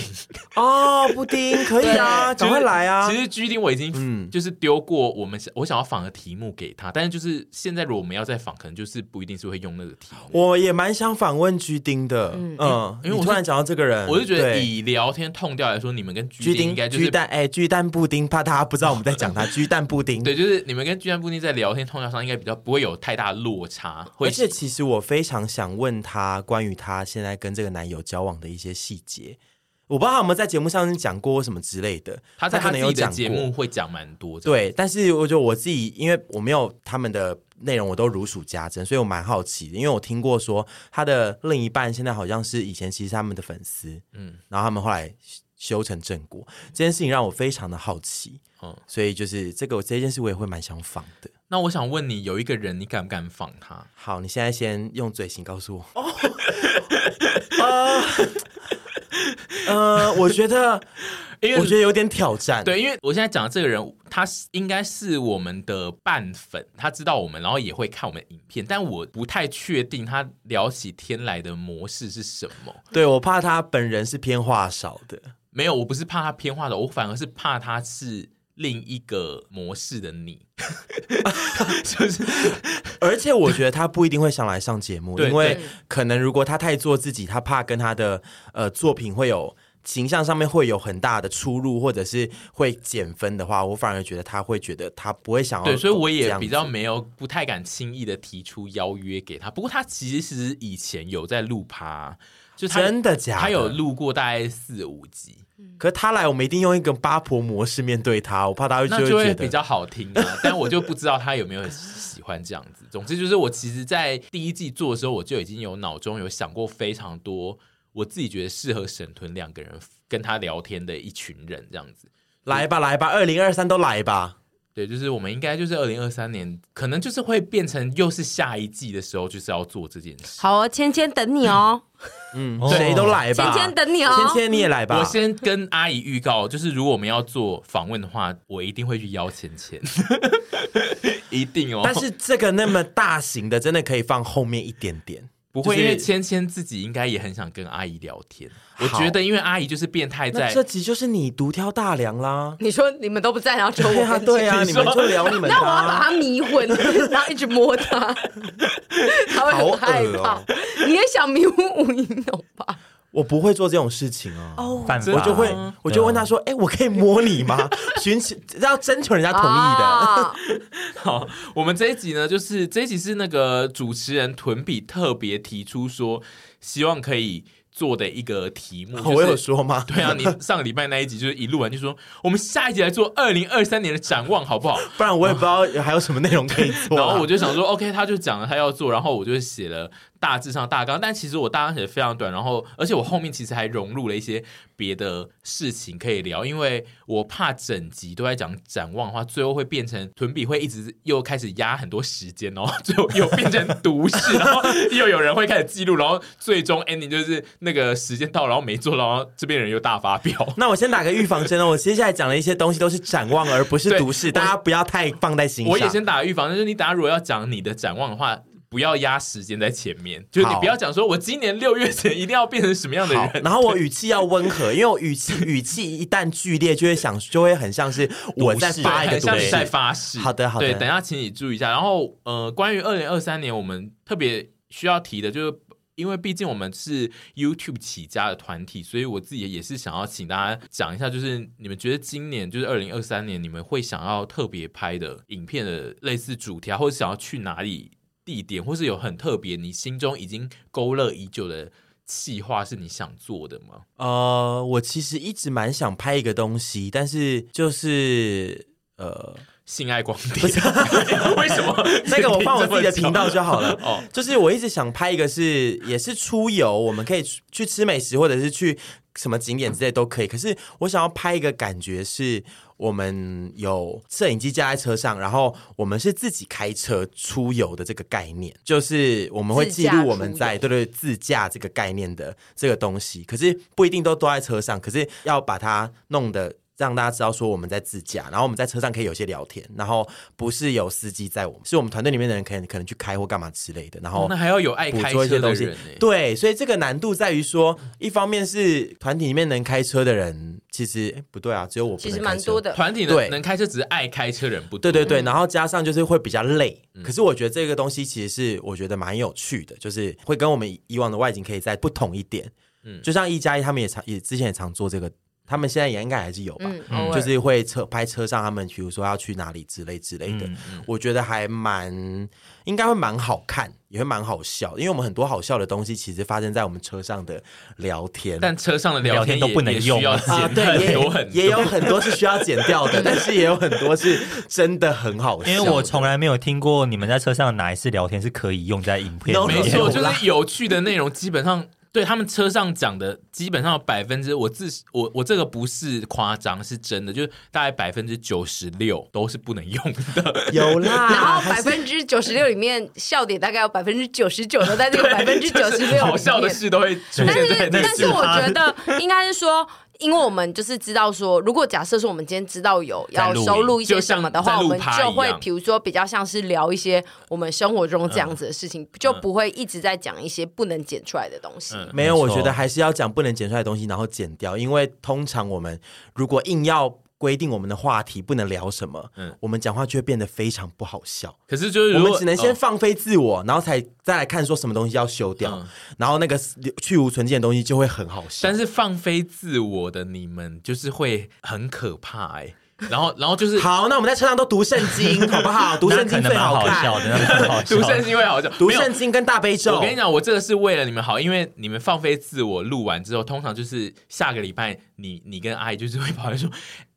Speaker 3: 哦，布丁可以啊，赶快来啊
Speaker 5: 其！实居丁我已经
Speaker 3: 嗯
Speaker 5: 就是丢过我们想我想要仿的题目给他，但是就是现在如果我们要再仿，可能就是不一定是会用那个题目。
Speaker 3: 我也蛮想访问居丁的，嗯，
Speaker 5: 因为我
Speaker 3: 你
Speaker 5: 是
Speaker 3: 突然讲到这个人，
Speaker 5: 我就觉得
Speaker 3: 对
Speaker 5: 以聊天痛调来说，你们跟居
Speaker 3: 居
Speaker 5: 丁应
Speaker 3: 丁
Speaker 5: 该就是
Speaker 3: 居蛋哎，居蛋布丁，怕他不知道我们在讲他，居蛋布丁。
Speaker 5: 对，就是你们跟居安布丁在聊天通调上，应该比较不会有太大落差，会
Speaker 3: 而且其实我非常想问他关于他现在跟这个男友交往的一些细节，我不知道他有没有在节目上讲过什么之类的。
Speaker 5: 他在
Speaker 3: 可
Speaker 5: 自
Speaker 3: 能
Speaker 5: 己
Speaker 3: 有
Speaker 5: 的
Speaker 3: 讲
Speaker 5: 节
Speaker 3: 过
Speaker 5: 目会讲蛮多的。
Speaker 3: 对，但是我觉得我自己，因为我没有他们的内容，我都如数家珍，所以我蛮好奇的。因为我听过说他的另一半现在好像是以前其实是他们的粉丝，
Speaker 5: 嗯
Speaker 3: 嗯，然后他们后来修成正果，这件事情让我非常的好奇，
Speaker 5: 嗯
Speaker 3: 嗯，所以就是这个我这件事我也会蛮想仿的。
Speaker 5: 那我想问你，有一个人你敢不敢仿他？
Speaker 3: 好，你现在先用嘴型告诉我。 哦，呃，呃，我觉得，
Speaker 5: 因为
Speaker 3: 我觉得有点挑战。，
Speaker 5: 对，因为我现在讲的这个人，他是应该是我们的半粉，他知道我们，然后也会看我们影片，但我不太确定他聊起天来的模式是什么。
Speaker 3: 对我怕他本人是偏话少的。
Speaker 5: 没有，我不是怕他偏化的，我反而是怕他是另一个模式的你，就是
Speaker 3: 而且我觉得他不一定会想来上节目，
Speaker 5: 对
Speaker 3: 因为
Speaker 5: 对
Speaker 3: 可能如果他太做自己，他怕跟他的呃作品会有形象上面会有很大的出入，或者是会减分的话，我反而觉得他会觉得他不会想要
Speaker 5: 对，所以我
Speaker 3: 这
Speaker 5: 也
Speaker 3: 样
Speaker 5: 比较
Speaker 3: 子
Speaker 5: 没有不太敢轻易的提出邀约给他。不过他其实以前有在录趴，就他
Speaker 3: 真的假的？
Speaker 5: 他有录过大概四五集，
Speaker 3: 可是他来，我们一定用一个八婆模式面对他，我怕他会
Speaker 5: 那就会
Speaker 3: 觉得
Speaker 5: 比较好听啊。但我就不知道他有没有喜欢这样子。总之就是，我其实，在第一季做的时候，我就已经有脑中有想过非常多我自己觉得适合沈屯两个人跟他聊天的一群人这样子。
Speaker 3: 来吧来吧，二零二三都来吧。
Speaker 5: 对，就是我们应该就是二零二三年，可能就是会变成又是下一季的时候，就是要做这件事。
Speaker 4: 好哦，芊芊等你哦，
Speaker 3: 嗯，
Speaker 6: 哦
Speaker 3: 谁都来
Speaker 4: 芊
Speaker 3: 吧。
Speaker 4: 芊等你哦，
Speaker 3: 芊芊你也来吧。
Speaker 5: 我先跟阿姨预告，就是如果我们要做访问的话，我一定会去邀芊 芊，一定哦。
Speaker 3: 但是这个那么大型的，真的可以放后面一点点。
Speaker 5: 不会，
Speaker 3: 就是
Speaker 5: 因为芊芊自己应该也很想跟阿姨聊天。我
Speaker 3: 好
Speaker 5: 觉得，因为阿姨就是变态
Speaker 3: 那
Speaker 5: 在
Speaker 3: 这。集就是你独挑大梁啦。
Speaker 4: 你说你们都不在，然后就我
Speaker 3: 对啊，
Speaker 4: 跟
Speaker 3: 对啊，
Speaker 5: 你
Speaker 3: 你
Speaker 5: 说
Speaker 3: 们就聊你们的
Speaker 4: 那我要把
Speaker 3: 啊。
Speaker 4: 他 迷昏，然后一直摸他，他会很害
Speaker 3: 好恶
Speaker 4: 怕。
Speaker 3: 哦
Speaker 4: 你也想迷昏吴一农吧？
Speaker 3: 我不会做这种事情啊。哦，
Speaker 6: 反
Speaker 5: 真
Speaker 3: 我
Speaker 5: 的
Speaker 3: 就会
Speaker 5: 对啊，
Speaker 3: 我就问他说：“哎，我可以摸你吗？” 寻求要征求人家同意的。
Speaker 4: 啊
Speaker 5: 好，哦我们这一集呢，就是这一集是那个主持人屯比特别提出说，希望可以做的一个题目。就 是
Speaker 3: 我有说吗？
Speaker 5: 对啊，你上个礼拜那一集就是一录完就说，我们下一集来做二零二三年的展望，好不好？
Speaker 3: 不然我也不知道还有什么内容可以做啊啦。
Speaker 5: 然后我就想说，OK，他就讲了他要做，然后我就写了大致上大纲，但其实我大纲写的非常短，然后而且我后面其实还融入了一些别的事情可以聊，因为我怕整集都在讲展望的话，最后会变成屯比会一直又开始压很多时间哦， 最后又变成读式，然后又有人会开始记录，然后最终 ending 就是那个时间到，然后没做，然后这边人又大发飙。
Speaker 3: 那我先打个预防针哦，我接下来讲的一些东西都是展望，而不
Speaker 5: 对
Speaker 3: 是毒誓，
Speaker 5: 我
Speaker 3: 大家不要太放在心上。
Speaker 5: 我也先打预防，就是你等下如果要讲你的展望的话，不要压时间在前面，就是你
Speaker 3: 好
Speaker 5: 不要讲说我今年六月前一定要变成什么样的
Speaker 3: 好，
Speaker 5: 人。
Speaker 3: 然后我语气 要温和，因为我语气语气一旦剧烈，就会想，就会很像是我在
Speaker 5: 对
Speaker 3: 发一个
Speaker 5: 很
Speaker 3: 毒
Speaker 5: 像你在
Speaker 3: 誓。
Speaker 5: 发誓。
Speaker 3: 好的好的
Speaker 5: 对，等一下请你注意一下。然后，呃，关于二零二三年，我们特别需要提的就是。因为毕竟我们是 YouTube 起家的团体，所以我自己也是想要请大家讲一下，就是你们觉得今年就是二零二三年，你们会想要特别拍的影片的类似主题啊，或者想要去哪里地点，或是有很特别你心中已经勾勒已久的计划是你想做的吗？
Speaker 3: 呃，我其实一直蛮想拍一个东西，但是就是呃，
Speaker 5: 性爱光 碟？为什么？
Speaker 3: 那个我放我自己的频道就好了。
Speaker 5: 哦
Speaker 3: 哦，就是我一直想拍一个是也是出游，我们可以去去吃美食，或者是去什么景点之类都可以。可是我想要拍一个感觉是。我们有摄影机架在车上，然后我们是自己开车出游的这个概念，就是我们会
Speaker 4: 自
Speaker 3: 记
Speaker 4: 驾
Speaker 3: 录我们
Speaker 4: 出
Speaker 3: 在
Speaker 4: 游
Speaker 3: 对对自驾这个概念的这个东西，可是不一定都都在车上，可是要把它弄得让大家知道说我们在自驾，然后我们在车上可以有一些聊天，然后不是有司机在我们，是我们团队里面的人可能可能去开或干嘛之类的，然后
Speaker 5: 哦那还要有爱
Speaker 3: 捕
Speaker 5: 开
Speaker 3: 捉一
Speaker 5: 车
Speaker 3: 些
Speaker 5: 的
Speaker 3: 东
Speaker 5: 人欸
Speaker 3: 西
Speaker 5: 呢、。
Speaker 3: 对，所以这个难度在于说，一方面是团体里面能开车的人，其实诶不对啊，只有我不
Speaker 4: 其实
Speaker 3: 能开
Speaker 4: 蛮
Speaker 3: 车
Speaker 4: 多的。
Speaker 5: 团体
Speaker 3: 对
Speaker 5: 能能开车只是爱开车人不多
Speaker 3: 对对对，然后加上就是会比较累，可是我觉得这个东西其实是我觉得蛮有趣的，就是会跟我们以往的外景可以再不同一点。
Speaker 5: 嗯
Speaker 3: 嗯，就像一加一他们也常也之前也常做这个，他们现在也应该还是有吧，
Speaker 4: 嗯，偶尔
Speaker 3: 就是会车拍车上他们比如说要去哪里之类之类的，
Speaker 5: 嗯
Speaker 3: 我觉得还蛮应该会蛮好看，也会蛮好笑，因为我们很多好笑的东西其实发生在我们车上的聊天。
Speaker 5: 但车上的聊
Speaker 6: 聊
Speaker 5: 天
Speaker 6: 天都
Speaker 5: 也
Speaker 6: 不能
Speaker 5: 也
Speaker 6: 用
Speaker 5: 需要
Speaker 3: 啊，
Speaker 5: 剪
Speaker 3: 对，也
Speaker 5: 很多很多
Speaker 3: 也有很多是需要剪掉 的，但是也有很多是真的很好笑。
Speaker 6: 因为我从来没有听过你们在车上哪一次聊天是可以用在影片
Speaker 3: No,
Speaker 6: 里
Speaker 5: 没
Speaker 6: 面。
Speaker 3: 有
Speaker 5: 错，
Speaker 3: 啦
Speaker 5: 就是有趣的内容，基本上对他们车上讲的，基本上有百分之我自我我这个不是夸张，是真的，就是大概百分之九十六都是不能用的。
Speaker 3: 有啦，
Speaker 4: 然后
Speaker 3: 还
Speaker 4: 百
Speaker 3: 是
Speaker 4: 分之九十六里面，笑点大概有百分之九十九都在这个百分之九十六
Speaker 5: 好笑的事都会出现
Speaker 4: 但
Speaker 5: 在
Speaker 4: 是，
Speaker 5: 那
Speaker 4: 但
Speaker 5: 个
Speaker 4: 是
Speaker 5: 地
Speaker 4: 我
Speaker 5: 方
Speaker 4: 觉得应该是说。因为我们就是知道说，如果假设说我们今天知道有要收录一些什么的话，
Speaker 5: 在
Speaker 4: 我
Speaker 5: 录
Speaker 4: 们
Speaker 5: 影就像在录趴一
Speaker 4: 就
Speaker 5: 样
Speaker 4: 会比如说比较像是聊一些我们生活中这
Speaker 3: 嗯
Speaker 4: 样子的事情，就不会一直在讲一些不能剪出来的东西。
Speaker 5: 嗯
Speaker 3: 没有，
Speaker 6: 没
Speaker 3: 我
Speaker 6: 错
Speaker 3: 觉得还是要讲不能剪出来的东西，然后剪掉，因为通常我们如果硬要规定我们的话题不能聊什么，
Speaker 5: 嗯
Speaker 3: 我们讲话就会变得非常不好笑。
Speaker 5: 可是就是
Speaker 3: 我
Speaker 5: 如
Speaker 3: 们
Speaker 5: 果
Speaker 3: 只能先
Speaker 5: 哦
Speaker 3: 放飞自我，然后才再来看说什么东西要修掉，
Speaker 5: 嗯
Speaker 3: 然后那个去无存菁的东西就会很好笑。
Speaker 5: 但是放飞自我的你们，就是会很可怕哎、然后，然 后就是
Speaker 3: 好，那我们在车上都读圣经，好不 好？读
Speaker 6: 那
Speaker 3: 圣
Speaker 6: 可
Speaker 3: 经
Speaker 6: 能
Speaker 3: 最
Speaker 6: 蛮好
Speaker 3: 看，
Speaker 6: 笑的，那蛮好笑
Speaker 5: 读圣
Speaker 6: 的。
Speaker 5: 经会好笑，
Speaker 3: 读
Speaker 5: 没有
Speaker 3: 圣经跟大悲咒。
Speaker 5: 我跟你讲，我这个是为了你们好，因为你们放飞自我录完之后，通常就是下个礼拜你，你跟阿姨就是会跑来说，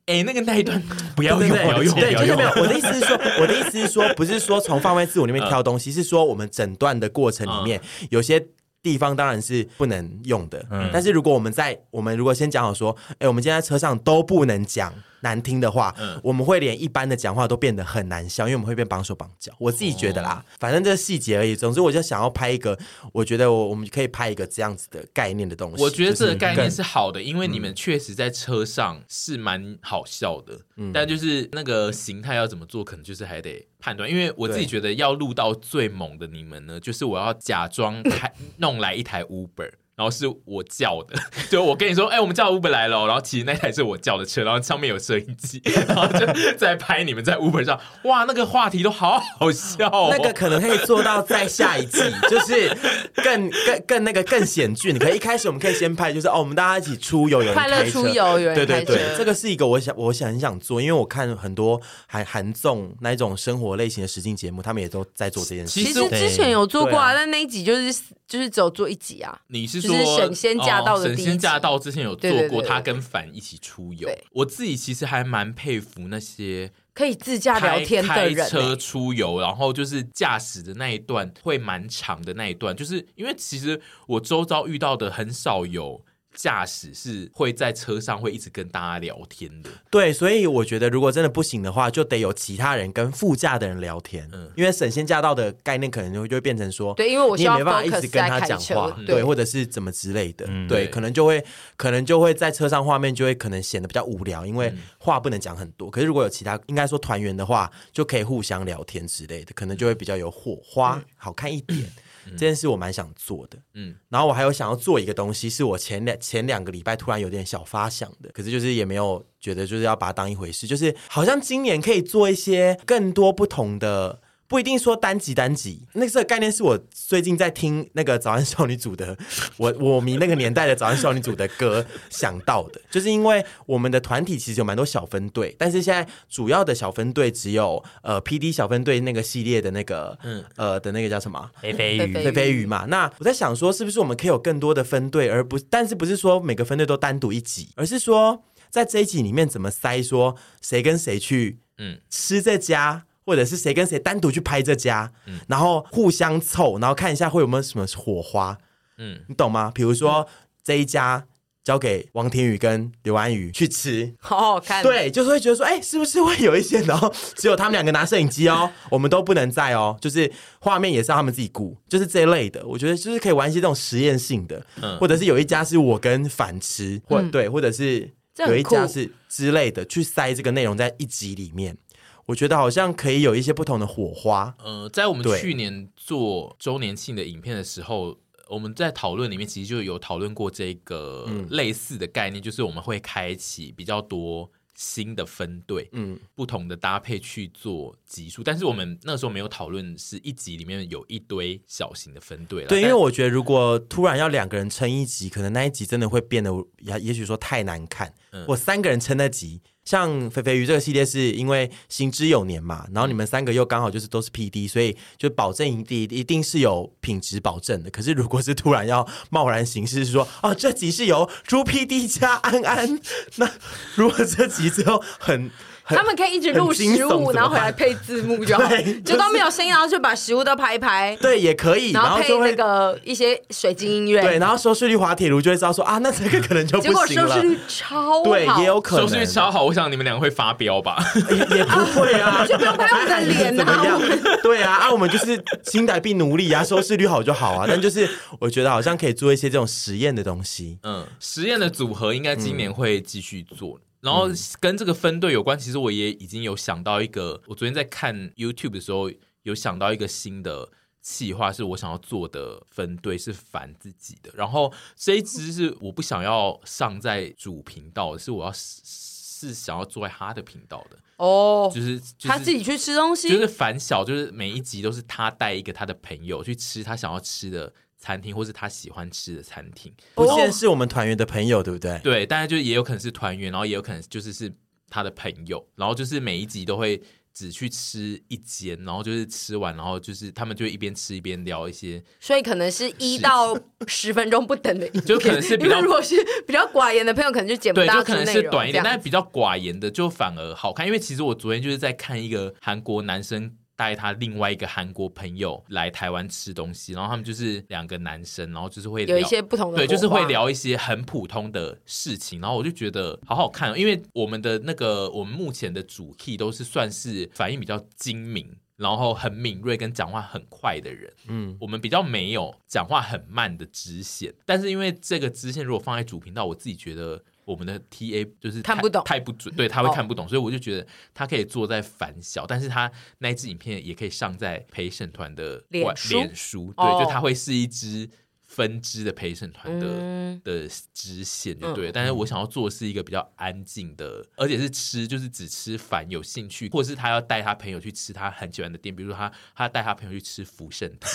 Speaker 5: 哎、那个那一段不要
Speaker 3: 对
Speaker 5: 用，
Speaker 3: 对
Speaker 5: 不要
Speaker 3: 对，
Speaker 5: 用，不
Speaker 3: 对，
Speaker 5: 要
Speaker 3: 就是没有
Speaker 5: 用。。
Speaker 3: 我的意思是 说，我的意思是说，不是说从放飞自我里面
Speaker 5: 嗯
Speaker 3: 挑东西，是说我们整段的过程里面有些。地方当然是不能用的，
Speaker 5: 嗯
Speaker 3: 但是如果我们在我们如果先讲好说，哎、我们今天在车上都不能讲难听的话，
Speaker 5: 嗯
Speaker 3: 我们会连一般的讲话都变得很难笑，因为我们会变绑手绑脚。我自己觉得
Speaker 5: 哦
Speaker 3: 啦，反正这是细节而已。总之，我就想要拍一个，我觉得我我们可以拍一个这样子的概念的东西。
Speaker 5: 我觉得这个概念
Speaker 3: 就是嗯
Speaker 5: 好的，因为你们确实在车上是蛮好笑的，
Speaker 3: 嗯
Speaker 5: 但就是那个形态要怎么做，可能就是还得判断。因为我自己
Speaker 3: 对
Speaker 5: 觉得要录到最猛的你们呢，就是我要假装开弄来一台 Uber。然后是我叫的，就我跟你说，哎、我们叫 Uber 来了哦，然后其实那台是我叫的车，然后上面有摄影机，然后就在拍你们在 Uber 上，哇，那个话题都好好笑、哦，
Speaker 3: 那个可能可以做到在下一季，就是更更更那个更险峻。可能一开始我们可以先拍，就是哦，我们大家一起出游，有人
Speaker 4: 快乐
Speaker 3: 开车
Speaker 4: 出游，有人
Speaker 3: 对
Speaker 4: 开
Speaker 3: 对
Speaker 4: 车，
Speaker 3: 对，这个是一个我想我想很想做，因为我看很多韩韩综那一种生活类型的实境节目，他们也都在做这件事。
Speaker 5: 其
Speaker 4: 其
Speaker 5: 实
Speaker 4: 实之前有做过啊，
Speaker 3: 对啊
Speaker 4: 但那一集就是就是只有做一集啊。
Speaker 5: 你是
Speaker 4: 就
Speaker 5: 说哦
Speaker 4: 是神仙驾到的
Speaker 5: 神
Speaker 4: 第一
Speaker 5: 仙驾
Speaker 4: 集
Speaker 5: 到之前有
Speaker 4: 对
Speaker 5: 做
Speaker 4: 对
Speaker 5: 过，
Speaker 4: 对
Speaker 5: 他
Speaker 4: 对
Speaker 5: 跟凡一起出游
Speaker 4: 对。
Speaker 5: 我自己其实还蛮佩服那些
Speaker 4: 可以自驾聊
Speaker 5: 开
Speaker 4: 天的
Speaker 5: 开
Speaker 4: 人、
Speaker 5: 车
Speaker 4: 欸，
Speaker 5: 出游，然后就是驾驶的那一段会蛮长的那一段，就是因为其实我周遭遇到的很少有。驾驶是会在车上会一直跟大家聊天的。
Speaker 3: 对，所以我觉得如果真的不行的话，就得有其他人跟副驾的人聊天，因为省先驾到的概念可能就会就会变成说，
Speaker 4: 对因为我
Speaker 3: 你
Speaker 4: 需
Speaker 3: 也
Speaker 4: 要
Speaker 3: 没办法一直跟
Speaker 4: focus 在
Speaker 3: 他
Speaker 4: 开
Speaker 3: 讲
Speaker 4: 车
Speaker 3: 话，
Speaker 4: 对
Speaker 3: 对，或者是怎么之类的，对，
Speaker 5: 对
Speaker 3: 可能就会可能就会在车上画面就会可能显得比较无聊，因为话不能讲很多。可是如果有其他，应该说团员的话，就可以互相聊天之类的，可能就会比较有火花，好看一点。这件事我蛮想做的，嗯
Speaker 5: 嗯，
Speaker 3: 然后我还有想要做一个东西，是我前两前两个礼拜突然有点小发想的，可是就是也没有觉得就是要把它当一回事，就是好像今年可以做一些更多不同的。不一定说单集单集，那这个概念是我最近在听那个早安少女组的， 我我迷那个年代的早安少女组的歌想到的，就是因为我们的团体其实有蛮多小分队，但是现在主要的小分队只有呃 P D 小分队那个系列的那个嗯呃的那个叫什么啊
Speaker 6: 飞飞
Speaker 4: 飞
Speaker 6: 鱼
Speaker 4: 飞
Speaker 3: 飞飞鱼嘛。那我在想说，是不是我们可以有更多的分队，而不但是不是说每个分队都单独一集，而是说在这一集里面怎么塞说谁跟谁去，嗯
Speaker 5: 嗯，
Speaker 3: 吃这家。或者是谁跟谁单独去拍这家，然后互相凑，然后看一下会有没有什么火花，
Speaker 5: 嗯，
Speaker 3: 你懂吗？比如说、这一家交给王庭宇跟刘安宇去吃，
Speaker 4: 好好看。，
Speaker 3: 对，就是会觉得说，哎、是不是会有一些，然后只有他们两个拿摄影机哦，我们都不能在哦，就是画面也是要他们自己顾，就是这一类的。我觉得就是可以玩一些这种实验性的，或者是有一家是我跟反吃，或、对，或者是
Speaker 4: 这很
Speaker 3: 有一家
Speaker 4: 酷
Speaker 3: 是之类的，去塞这个内容在一集里面。我觉得好像可以有一些不同的火花，
Speaker 5: 呃，在我们
Speaker 3: 对
Speaker 5: 去年做周年庆的影片的时候，我们在讨论里面其实就有讨论过这个
Speaker 3: 嗯
Speaker 5: 类似的概念，就是我们会开启比较多新的分队，
Speaker 3: 嗯
Speaker 5: 嗯，不同的搭配去做集数，但是我们那时候没有讨论是一集里面有一堆小型的分队啦
Speaker 3: 对，因为
Speaker 5: 但
Speaker 3: 我觉得如果突然要两个人撑一集，可能那一集真的会变得也也许说太难看。我三个人撑那集，像肥肥鱼这个系列是因为行之有年嘛，然后你们三个又刚好就是都是 PD，所以就保证一定一定是有品质保证的。可是如果是突然要贸然行事，是说哦这集是由朱 PD 加安安，那如果这集最后很很
Speaker 4: 他们可以一直录
Speaker 3: 很惊悚
Speaker 4: 食
Speaker 3: 怎么
Speaker 4: 物，
Speaker 3: 办
Speaker 4: 然后回来配字幕就好
Speaker 3: 对，
Speaker 4: 就都没有声音，然后就把食物都拍一拍，
Speaker 3: 对也可以，然
Speaker 4: 然后
Speaker 3: 后
Speaker 4: 配
Speaker 3: 就会
Speaker 4: 那个一些水晶音乐，
Speaker 3: 对，然后收视率滑铁卢就会知道说啊那这个可能就
Speaker 4: 结
Speaker 3: 不
Speaker 4: 果
Speaker 3: 行
Speaker 4: 收
Speaker 3: 了
Speaker 4: 视。率超好，
Speaker 3: 对，也有可能
Speaker 5: 收视率超好，我想你们两个会发飙吧？
Speaker 3: 也也不会啊，
Speaker 4: 就不用拍我们的 脸
Speaker 3: 怎么
Speaker 4: 啊
Speaker 3: 样，？对啊，啊，我们就是新台币努力啊，收视率好就好 啊。但就是我觉得好像可以做一些这种实验的东西。
Speaker 5: 嗯，实验的组合应该今年会继续做。然后跟这个分队有关，其实我也已经有想到一个，我昨天在看 YouTube 的时候有想到一个新的企划，是我想要做的分队是反自己的。然后这一支是我不想要上在主频道的，是我要是是想要做在他的频道的，
Speaker 4: 哦，
Speaker 5: 就是、就是、
Speaker 4: 他自己去吃东
Speaker 5: 就
Speaker 4: 西，
Speaker 5: 是反小，就是每一集都是他带一个他的朋友去吃他想要吃的餐厅，或是他喜欢吃的餐厅。
Speaker 3: 不限是我们团员的朋友，对不对？
Speaker 5: 对，但是就也有可能是团员，然后也有可能就是是他的朋友，然后就是每一集都会只去吃一间，然后就是吃完，然后就是他们就会一边吃一边聊一些，
Speaker 4: 所以可能是一到十分钟不等的影片，
Speaker 5: 就可能是比
Speaker 4: 因
Speaker 5: 较
Speaker 4: 为如果是比较寡言的朋友，可能就剪不
Speaker 5: 对，
Speaker 4: 大
Speaker 5: 就
Speaker 4: 出
Speaker 5: 可
Speaker 4: 内容
Speaker 5: 能是短一点，
Speaker 4: 这
Speaker 5: 但
Speaker 4: 样
Speaker 5: 是比较寡言的就反而好看，因为其实我昨天就是在看一个韩国男生。带他另外一个韩国朋友来台湾吃东西，然后他们就是两个男生，然后就是会
Speaker 4: 有一
Speaker 5: 聊
Speaker 4: 些不同的
Speaker 5: 对，就是
Speaker 4: 火花
Speaker 5: 会聊一些很普通的事情，然后我就觉得好好看、哦，因为我们的那个我们目前的主 key 都是算是反应比较精明。然后很敏锐跟讲话很快的人，嗯，我们比较没有讲话很慢的支线，但是因为这个支线如果放在主频道，我自己觉得我们的 T A 就是
Speaker 4: 看
Speaker 5: 太
Speaker 4: 不懂
Speaker 5: 太不准，对他会
Speaker 4: 哦
Speaker 5: 看不懂，所以我就觉得他可以做在反小，但是他那一支影片也可以上在陪审团的
Speaker 4: 脸
Speaker 5: 官
Speaker 4: 书
Speaker 5: 脸书，
Speaker 4: 哦
Speaker 5: 对，就他会是一支分支的陪审团的、
Speaker 4: 嗯
Speaker 5: 的支线，就对了。但是我想要做的是一个比较安静的，而且是吃，就是只吃饭，有兴趣，或者是他要带他朋友去吃他很喜欢的店，比如说他他带他朋友去吃福盛堂。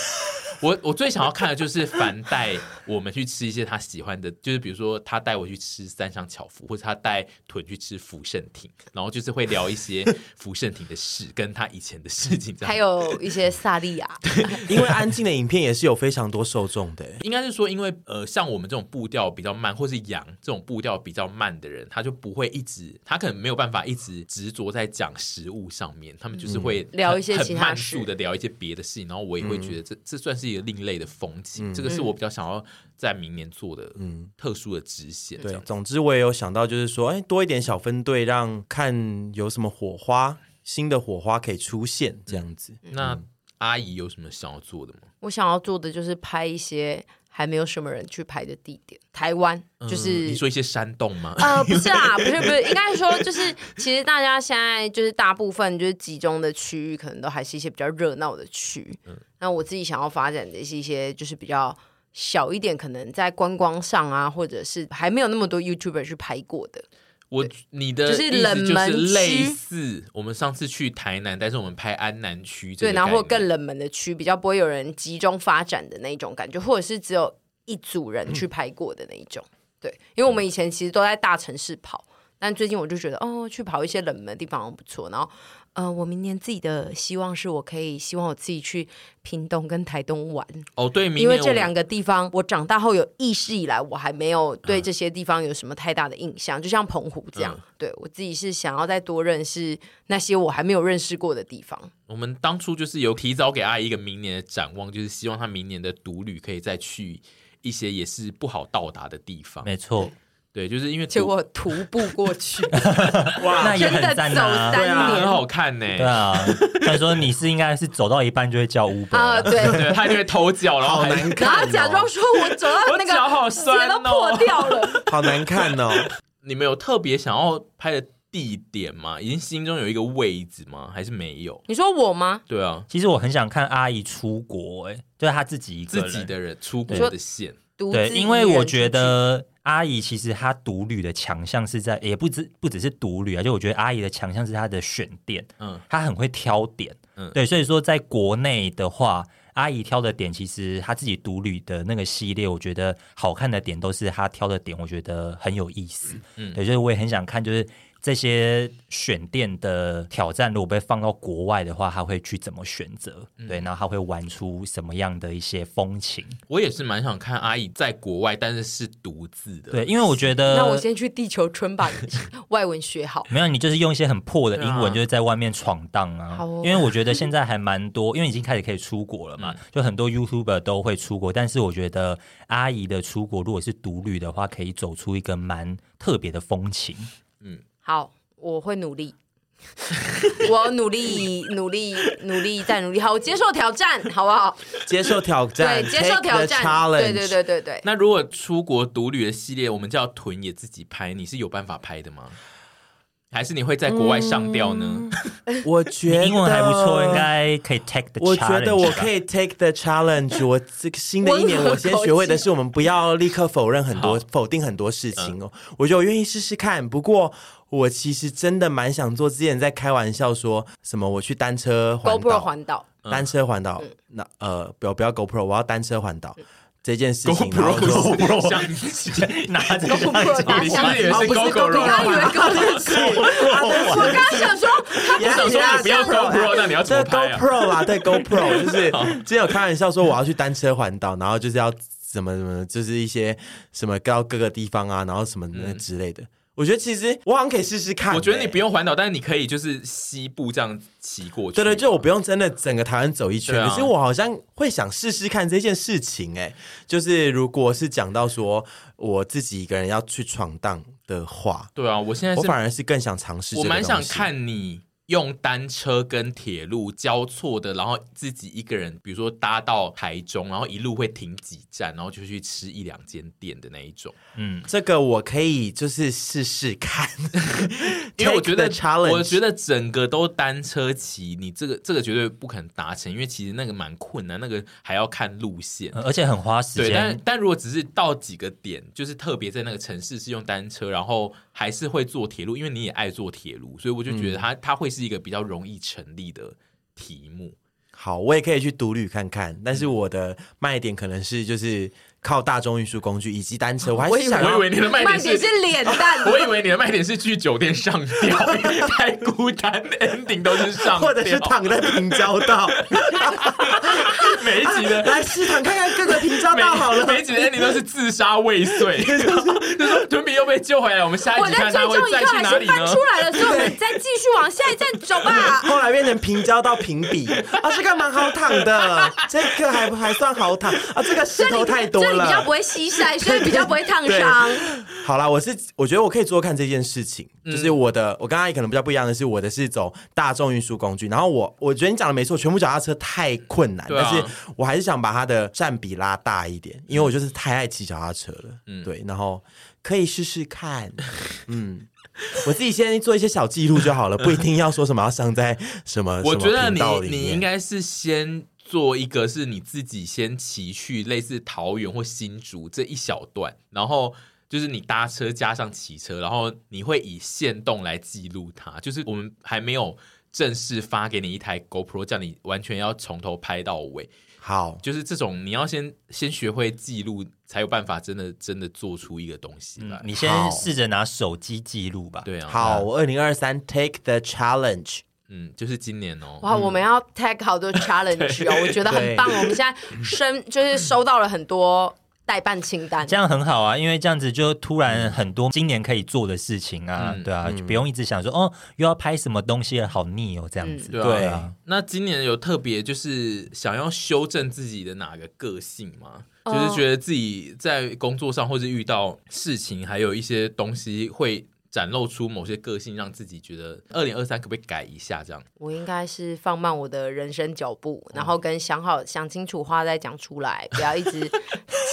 Speaker 5: 我我最想要看的就是凡带我们去吃一些他喜欢的，就是比如说他带我去吃三上巧福，或者他带屯去吃福盛亭，然后就是会聊一些福盛亭的事，跟他以前的事情这样。
Speaker 4: 还有一些萨莉亚，
Speaker 3: 因为安静的影片也是有非常多受众 的。
Speaker 5: 应该是说，因为呃，像我们这种步调比较慢，或是羊这种步调比较慢的人，他就不会一直，他可能没有办法一直执着在讲食物上面，他们就是会很、
Speaker 4: 聊一些
Speaker 5: 很
Speaker 4: 其他
Speaker 5: 慢
Speaker 4: 事
Speaker 5: 速的聊一些别的事情，然后我也会觉得这、这算是是一个另类的风景，这
Speaker 4: 嗯
Speaker 5: 个是我比较想要在明年做的，嗯，特殊的支线。这
Speaker 3: 对
Speaker 5: 样，
Speaker 3: 总之我也有想到，就是说，哎，多一点小分队，让看有什么火花，新的火花可以出现，这样子。
Speaker 5: 那阿姨有什么想要做的吗？
Speaker 4: 我想要做的就是拍一些还没有什么人去拍的地点，台湾就是
Speaker 3: 嗯
Speaker 5: 你说一些山洞 吗？
Speaker 4: 呃，不是啦，不是不是，应该说就是，其实大家现在就是大部分就是集中的区域，可能都还是一些比较热闹的区域。那我自己想要发展的是一些就是比较小一点，可能在观光上啊，或者是还没有那么多 YouTuber 去拍过的。
Speaker 5: 我你的
Speaker 4: 就是
Speaker 5: 意思
Speaker 4: 冷门
Speaker 5: 就是类
Speaker 4: 区
Speaker 5: 似我们上次去台南，但是我们拍安南区这
Speaker 4: 对，
Speaker 5: 个
Speaker 4: 然后或
Speaker 5: 概
Speaker 4: 更
Speaker 5: 念
Speaker 4: 冷门的区，比较不会有人集中发展的那一种感觉，或者是只有一组人去拍过的那一种。对，因为我们以前其实都在大城市跑，但最近我就觉得哦，去跑一些冷门的地方好像不错。然后，呃，我明年自己的希望是我可以希望我自己去屏东跟台东玩，
Speaker 5: 哦，对，明
Speaker 4: 因为
Speaker 5: 年
Speaker 4: 这
Speaker 5: 我
Speaker 4: 两个地方我长大后有意识以来，我还没有
Speaker 5: 嗯
Speaker 4: 对这些地方有什么太大的印象，就像澎湖这样。对我自己是想要再多认识那些我还没有认识过的地方。
Speaker 5: 我们当初就是有提早给阿姨一个明年的展望，就是希望她明年的独旅可以再去一些也是不好到达的地方。
Speaker 6: 没错，
Speaker 5: 对，就是因为
Speaker 4: 结
Speaker 5: 独
Speaker 4: 果徒步过 去，
Speaker 6: 那也
Speaker 4: 真
Speaker 6: 很
Speaker 4: 的
Speaker 6: 赞
Speaker 4: 走
Speaker 6: 啊。
Speaker 5: 对啊，
Speaker 4: 三
Speaker 5: 很
Speaker 4: 年
Speaker 5: 好看呢、
Speaker 6: 对啊，虽然说你是应该是走到一半就会叫 Uber，、
Speaker 4: 啊，对，
Speaker 5: 对，她就会偷脚，然后
Speaker 3: 好
Speaker 5: 还
Speaker 3: 难
Speaker 4: 然
Speaker 3: 看、
Speaker 4: 后
Speaker 3: 哦，
Speaker 4: 假装说我走到那
Speaker 5: 我脚
Speaker 4: 个
Speaker 5: 好
Speaker 4: 鞋
Speaker 5: 酸
Speaker 4: 都破
Speaker 5: 哦。
Speaker 4: 掉了，
Speaker 3: 好难看哦。
Speaker 5: 你们有特别想要拍的地点吗？已经心中有一个位置吗？还是没有？
Speaker 4: 你说我吗？
Speaker 5: 对啊，
Speaker 6: 其实我很想看阿姨出国、哎，就是她自己一个
Speaker 5: 自
Speaker 6: 人
Speaker 5: 己的人出国的线，
Speaker 4: 独自
Speaker 6: 对，
Speaker 4: 一
Speaker 6: 因为我
Speaker 4: 人
Speaker 6: 觉得阿姨其实她独旅的强项是在，也不只不只是独旅啊，就我觉得阿姨的强项是她的选点，
Speaker 5: 嗯，
Speaker 6: 她很会挑点，
Speaker 5: 嗯
Speaker 6: 对，所以说在国内的话，阿姨挑的点其实她自己独旅的那个系列，我觉得好看的点都是她挑的点，我觉得很有意思，
Speaker 5: 嗯
Speaker 6: 对，所以我也很想看，就是这些选店的挑战，如果被放到国外的话，她会去怎么选择，
Speaker 5: 嗯
Speaker 6: 对，然后她会玩出什么样的一些风情，
Speaker 5: 我也是蛮想看阿姨在国外，但是是独自的。
Speaker 6: 对，因为我觉得
Speaker 4: 那我先去地球村把外文学好。
Speaker 6: 没有，你就是用一些很破的英
Speaker 5: 对啊
Speaker 6: 文，就是在外面闯荡啊。
Speaker 4: 好哦
Speaker 6: 因为我觉得现在还蛮多，因为已经开始可以出国了嘛，
Speaker 3: 嗯
Speaker 6: 就很多 YouTuber 都会出国。但是我觉得阿姨的出国，如果是独旅的话，可以走出一个蛮特别的风情。
Speaker 4: 好，我会努 力，我努力努力努力再努力。好，我接受挑战，好不好？
Speaker 3: 接受挑
Speaker 4: 对
Speaker 3: 战，，
Speaker 4: 接受
Speaker 3: take the
Speaker 4: 挑战。
Speaker 3: challenge
Speaker 4: 对对对对对。
Speaker 5: 那如果出国独旅的系列，我们叫屯也自己拍，你是有办法拍的吗？还是你会在国外上吊呢？
Speaker 3: 我觉
Speaker 6: 你
Speaker 3: 得
Speaker 6: 英文还不错，应。该可以 take the challenge 吧。
Speaker 3: 我觉得我可以 take the challenge。我这个新的一年，
Speaker 4: 温和
Speaker 3: 我
Speaker 4: 口气
Speaker 3: 先学会的是，我们不要立刻否认很多、否定很多事情哦。
Speaker 4: 嗯
Speaker 3: 我觉得我愿意试试看。不过，我其实真的蛮想做。之前在开玩笑说什么，我去单车环
Speaker 4: GoPro
Speaker 3: 岛，
Speaker 4: 环嗯岛，
Speaker 3: 单车环岛。那呃，不要不要 GoPro，我要单车环
Speaker 4: 嗯
Speaker 3: 岛这件事情。然后就
Speaker 5: GoPro 相机，
Speaker 6: 拿着
Speaker 4: 我不
Speaker 6: 相机
Speaker 4: 打
Speaker 5: 你是
Speaker 4: 枪，
Speaker 5: 不是以为是
Speaker 4: 哦不是
Speaker 5: GoPro
Speaker 4: 我刚以为 GoPro，我刚刚想说，他不
Speaker 5: 我
Speaker 4: 是
Speaker 5: 想说你不要
Speaker 4: 像
Speaker 5: GoPro，那你要怎
Speaker 3: 这
Speaker 5: 么
Speaker 3: 个
Speaker 5: 拍啊？
Speaker 3: GoPro 啦， 对 GoPro，就是之前有开玩笑说我要去单车环岛，然后就是要怎么怎么，就是一些什么到各个地方啊，然后什么那之类的。我觉得其实我好像可以试试看、欸
Speaker 5: 我觉得你不
Speaker 3: 用，
Speaker 5: 用环岛，但是你可以就是西部这样骑过去。啊
Speaker 3: 对对，就我不用真的整个台湾走一圈，
Speaker 5: 对啊
Speaker 3: 可是我好像会想试试看这件事情、哎，就是如果是讲到说我自己一个人要去闯荡的话，
Speaker 5: 对啊，我现在
Speaker 3: 我
Speaker 5: 是
Speaker 3: 反而是更想尝试。
Speaker 5: 我蛮想，看你用单车跟铁路交错的，然后自己一个人，比如说搭到台中，然后一路会停几站，然后就去吃一两间店的那一种。
Speaker 3: 这个我可以就是试试看，
Speaker 5: 因为我觉得
Speaker 3: Take the challenge，
Speaker 5: 我觉得整个都单车骑，你这个这个绝对不可能达成，因为其实那个蛮困难，那个还要看路线。
Speaker 3: 嗯
Speaker 6: 呃而且很花时
Speaker 5: 对，但
Speaker 6: 间。
Speaker 5: 但如果只是到几个点，就是特别在那个城市是用单车，然后还是会坐铁路，因为你也爱坐铁路，所以我就觉得
Speaker 3: 嗯
Speaker 5: 它、它会是一个比较容易成立的题目。
Speaker 3: 好，我也可以去独旅看看，但是我的卖点可能是就是靠大众运输工具以及单车，我还
Speaker 5: 我
Speaker 3: 是
Speaker 5: 以
Speaker 3: 想要
Speaker 5: 为你的卖
Speaker 4: 慢
Speaker 5: 点
Speaker 4: 点
Speaker 5: 是，
Speaker 4: 是脸蛋
Speaker 5: 我以为你的卖点是去酒店上吊，太孤单，ending 都是上吊，
Speaker 3: 或者是躺在平交道，
Speaker 5: 每一集的
Speaker 3: 来试躺看看各个平交
Speaker 5: 每
Speaker 3: 道好了。
Speaker 5: 每一集的 ending 都是自杀 未遂，然后就说屯比又被救回来，我们下一
Speaker 4: 我
Speaker 5: 集
Speaker 4: 在
Speaker 5: 看
Speaker 4: 最
Speaker 5: 他
Speaker 4: 终
Speaker 5: 会
Speaker 4: 一
Speaker 5: 再
Speaker 4: 刻
Speaker 5: 去
Speaker 4: 还
Speaker 5: 哪
Speaker 4: 是
Speaker 5: 里
Speaker 4: 翻
Speaker 5: 呢？
Speaker 4: 出来了，所以我们再继续往下一站走 吧。
Speaker 3: 后来变成平交到平比，啊，这个蛮好躺的，这个还还算好躺啊，这个石头太多
Speaker 4: 这里比较
Speaker 3: 了。
Speaker 4: 不会吸 晒，所以比较不会烫伤。
Speaker 3: 好啦，我是我觉得我可以做看这件事情，
Speaker 5: 嗯
Speaker 3: 就是我的，我刚才可能比较不一样的是，我的是走大众运输工具，然后我我觉得你讲的没错，全部脚踏车太困难，
Speaker 5: 对啊嗯
Speaker 3: 但是我还是想把它的占比拉大一点，因为我就是太爱骑脚踏车了，对，然后可以试试看， 嗯。我自己先做一些小记录就 好了，不一定要说什么要上在什么。
Speaker 5: 我觉
Speaker 3: 什么
Speaker 5: 得
Speaker 3: 频
Speaker 5: 你
Speaker 3: 道里
Speaker 5: 你
Speaker 3: 面
Speaker 5: 应该是先做一个是你自己先骑去类似桃园或新竹这一小段，然后。就是你搭车加上骑车，然后你会以线动来记录它。就是我们还没有正式发给你一台 GoPro，叫你完全要从头拍到尾。
Speaker 3: 好，
Speaker 5: 就是这种，你要先先学会记录，才有办法真的真的做出一个东西
Speaker 4: 嗯
Speaker 5: 来。
Speaker 6: 嗯你先试着拿手机记录吧。
Speaker 5: 对啊，
Speaker 3: 好，我二零二三 take the challenge，
Speaker 5: 嗯，就是今年哦、
Speaker 4: 哇，我们要 tag 好多 challenge 哦，我觉得很棒。我们现在生就是收到了很多代办清单
Speaker 6: 这，样很好啊，因为这样子就突然很多今年可以做的事情啊，
Speaker 5: 嗯
Speaker 6: 对啊，就不用一直想说哦又要拍什么东西了，好腻哦，这样子。
Speaker 5: 对啊
Speaker 3: 对
Speaker 5: 那今年有特别就是想要修正自己的哪个个性吗？
Speaker 4: 哦
Speaker 5: 就是觉得自己在工作上或是遇到事情，还有一些东西会展露出某些个性，让自己觉得二零二三可不可以改一下？这样
Speaker 4: 我应该是放慢我的人生脚步，
Speaker 5: 嗯
Speaker 4: 然后跟想好想清楚话再讲出来，不要一直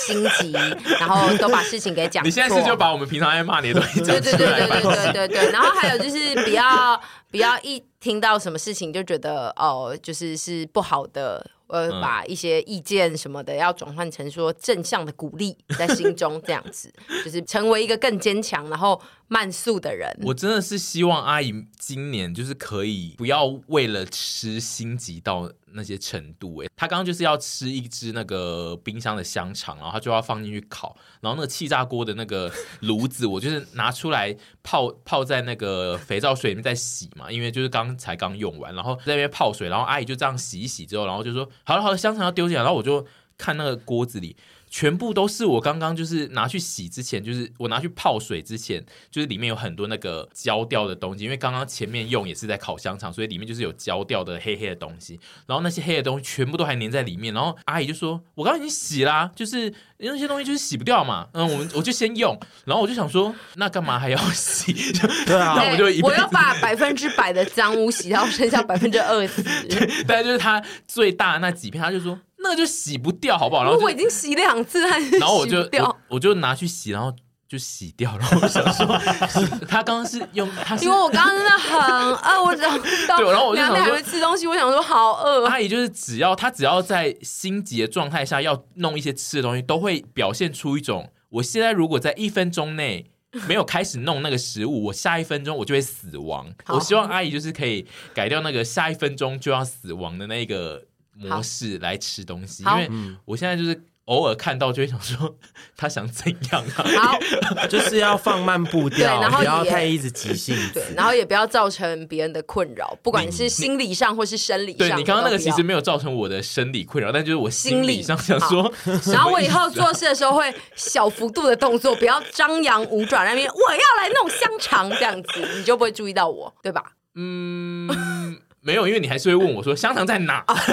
Speaker 4: 心急，然后都把事情给讲错。
Speaker 5: 你现在是就把我们平常爱骂你的东西
Speaker 4: 对
Speaker 5: 讲
Speaker 4: 对
Speaker 5: 出
Speaker 4: 对
Speaker 5: 来
Speaker 4: 对
Speaker 5: 吧。
Speaker 4: 对对对对，然后还有就是不要不要一听到什么事情就觉得哦，就是是不好的，呃，
Speaker 5: 嗯
Speaker 4: 把一些意见什么的要转换成说正向的鼓励在心中，这样子就是成为一个更坚强然后慢速的人。
Speaker 5: 我真的是希望阿姨今年就是可以不要为了吃心急到那些程度、欸。她刚刚就是要吃一只那个冰箱的香肠，然后她就要放进去烤，然后那个气炸锅的那个炉子，我就是拿出来泡 泡在那个肥皂水里面再洗嘛，因为就是刚才刚用完，然后在那边泡水，然后阿姨就这样洗一洗之后，然后就说好了好了，香肠要丢进来，然后我就看那个锅子里。全部都是我刚刚就是拿去洗之前，就是我拿去泡水之前，就是里面有很多那个焦掉的东西，因为刚刚前面用也是在烤香肠，所以里面就是有焦掉的黑黑的东西，然后那些黑的东西全部都还粘在里面，然后阿姨就说：“我刚刚已经洗啦、就是那些东西就是洗不掉嘛， 嗯，我们我就先用，然后我就想说，那干嘛还要洗？
Speaker 3: 对啊
Speaker 5: 那我就
Speaker 4: 对
Speaker 5: 一辈
Speaker 4: 我
Speaker 5: 子
Speaker 4: 要把百分之百的脏污洗到剩下百分之二 十，
Speaker 5: 但就是他最大的那几片，他就说那个就洗不掉，好不好？然
Speaker 4: 如
Speaker 5: 后
Speaker 4: 果
Speaker 5: 就
Speaker 4: 我已经洗两次，还是
Speaker 5: 然后我
Speaker 4: 洗
Speaker 5: 就
Speaker 4: 不掉
Speaker 5: 我，我就拿去洗，然后就洗掉。然后我想说，他刚刚是用他是
Speaker 4: 因为我刚刚真的很饿，我找不到，
Speaker 5: 对然后我就
Speaker 4: 两天
Speaker 5: 想
Speaker 4: 还
Speaker 5: 说哎
Speaker 4: 没吃东西，我想说好饿哦，
Speaker 5: 阿姨，就是只要她只要在心急的状态下要弄一些吃的东西，都会表现出一种我现在如果在一分钟内。没有开始弄那个食物，我下一分钟我就会死亡。
Speaker 4: 好
Speaker 5: 我希望阿姨就是可以改掉那个下一分钟就要死亡的那个模式来吃东西，因
Speaker 4: 好
Speaker 5: 为我现在就是偶尔看到就会想说 她想怎样啊？
Speaker 4: 好。
Speaker 3: 就是要放慢步
Speaker 4: 对
Speaker 3: 调，
Speaker 4: 然后
Speaker 3: 不要
Speaker 4: 也
Speaker 3: 太一直急性子
Speaker 4: 对，。然后也不要造成别人的困扰，不管是心理上或是生理上。
Speaker 5: 对你刚刚那个
Speaker 4: 都不
Speaker 5: 其
Speaker 4: 要
Speaker 5: 实没有造成我的生理困扰，但就是我心
Speaker 4: 心
Speaker 5: 理
Speaker 4: 理
Speaker 5: 上想说，
Speaker 4: 然后我以后做事的时候会小幅度的动作，不要张扬舞爪那边，我要来弄香肠这样子，你就不会注意到我，对吧？
Speaker 5: 嗯，没有，因为你还是会问我说香肠在哪？
Speaker 4: 啊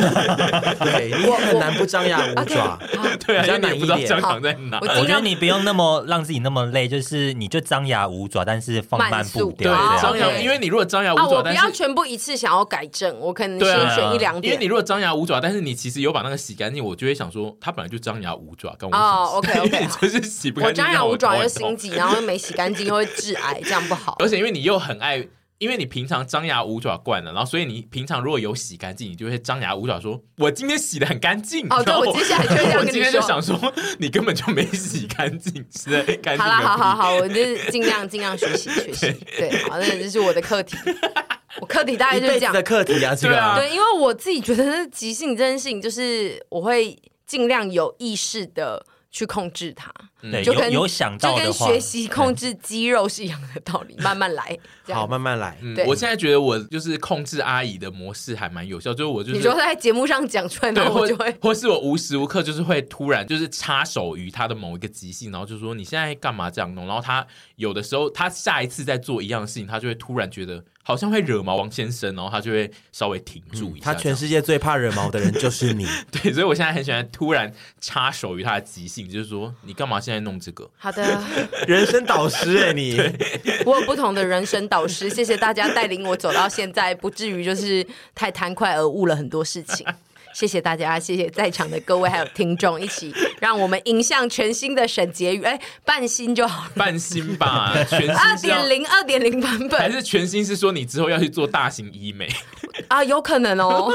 Speaker 3: 对你很难不张牙舞
Speaker 4: 啊，对
Speaker 3: 爪
Speaker 4: 啊。，
Speaker 5: 对啊，
Speaker 3: 比
Speaker 5: 因
Speaker 3: 较
Speaker 5: 为
Speaker 3: 难
Speaker 5: 你也不
Speaker 3: 一
Speaker 5: 知道
Speaker 3: 点
Speaker 5: 香肠在哪
Speaker 4: 我。
Speaker 6: 我
Speaker 4: 尽
Speaker 6: 觉得
Speaker 4: 量
Speaker 6: 你不用那么让自己那么累，就是你就张牙舞爪，但是放慢
Speaker 4: 慢速
Speaker 6: 步
Speaker 4: 对
Speaker 6: 调
Speaker 5: 对
Speaker 6: 这样。
Speaker 4: 啊
Speaker 5: 张牙，
Speaker 4: OK
Speaker 5: 因为你如果张牙舞
Speaker 4: 啊，
Speaker 5: 爪，
Speaker 4: 我不要
Speaker 5: 但是
Speaker 4: 全部一次想要改正，我可能
Speaker 5: 对
Speaker 4: 先
Speaker 5: 啊
Speaker 4: 选一两
Speaker 5: 因为你
Speaker 4: 点。
Speaker 5: 如果张牙舞爪，但是你其实有把那个洗干净，我就会想说，他本来就张牙舞爪，跟我
Speaker 4: 哦
Speaker 5: 什么事
Speaker 4: OK，OK，
Speaker 5: 因为 你就是洗不干
Speaker 4: 我
Speaker 5: 净。
Speaker 4: 张牙舞爪又
Speaker 5: 又
Speaker 4: 心，急，然后又没洗干净，又会致癌，这样不好。
Speaker 5: 而且因为你又很爱，因为你平常张牙舞爪惯了，然后所以你平常如果有洗干净，你就会张牙舞爪说，我今天洗的很干净。
Speaker 4: 哦对
Speaker 5: 然后
Speaker 4: 我接下来就会这样
Speaker 5: 我
Speaker 4: 跟你
Speaker 5: 今天就
Speaker 4: 说
Speaker 5: 想说，你根本就没洗干净，是在干净个
Speaker 4: 好啦，好
Speaker 5: 屁
Speaker 4: 好好，我就是尽量尽量学习学习。对，好，那这是我的课题，我课题大概
Speaker 3: 一
Speaker 4: 就是
Speaker 3: 辈
Speaker 4: 这
Speaker 3: 子
Speaker 4: 样
Speaker 3: 的。课题啊，这
Speaker 5: 对
Speaker 3: 个
Speaker 5: 啊
Speaker 4: 对，因为我自己觉得急性这件事情，就是我会尽量有意识的去控制它。
Speaker 6: 对，
Speaker 4: 就
Speaker 6: 有
Speaker 4: 跟
Speaker 6: 嗯有想
Speaker 4: 就
Speaker 6: 到
Speaker 4: 跟
Speaker 6: 的话，
Speaker 4: 学习控制肌肉是一样的道理，慢慢来。这样
Speaker 3: 好，慢慢来。
Speaker 5: 嗯
Speaker 4: 对，
Speaker 5: 我现在觉得我就是控制阿姨的模式还蛮有效，就是我就是
Speaker 4: 你说在节目上讲出来，
Speaker 5: 对，
Speaker 4: 然后
Speaker 5: 或
Speaker 4: 我就会
Speaker 5: 或是我无时无刻就是会突然就是插手于他的某一个即兴，然后就说你现在干嘛这样弄？然后他有的时候他下一次再做一样的事情，他就会突然觉得好像会惹毛王先生，然后他就会稍微停住一
Speaker 4: 啊
Speaker 5: 下这样。
Speaker 3: 他全世界最怕惹毛的人就是 你。
Speaker 5: 对，所以我现在很喜欢突然插手于他的即兴，就是说你干嘛现在弄这个？
Speaker 4: 好的。
Speaker 3: 人生导师
Speaker 4: 欸
Speaker 3: 哎、 你
Speaker 4: 我有不同的人生导师，谢谢大家带领我走到现在，不至于就是太贪快而误了很多事情。谢谢大家，谢谢在场的各位还有听众，一起让我们迎向全新的沈婕妤，哎，半新就好了，
Speaker 5: 半新吧，全新
Speaker 4: 二
Speaker 5: 是要
Speaker 4: 点零，二点零版
Speaker 5: 还
Speaker 4: 本
Speaker 5: 是全新是说你之后要去做大型医美，
Speaker 4: 啊，有可能哦，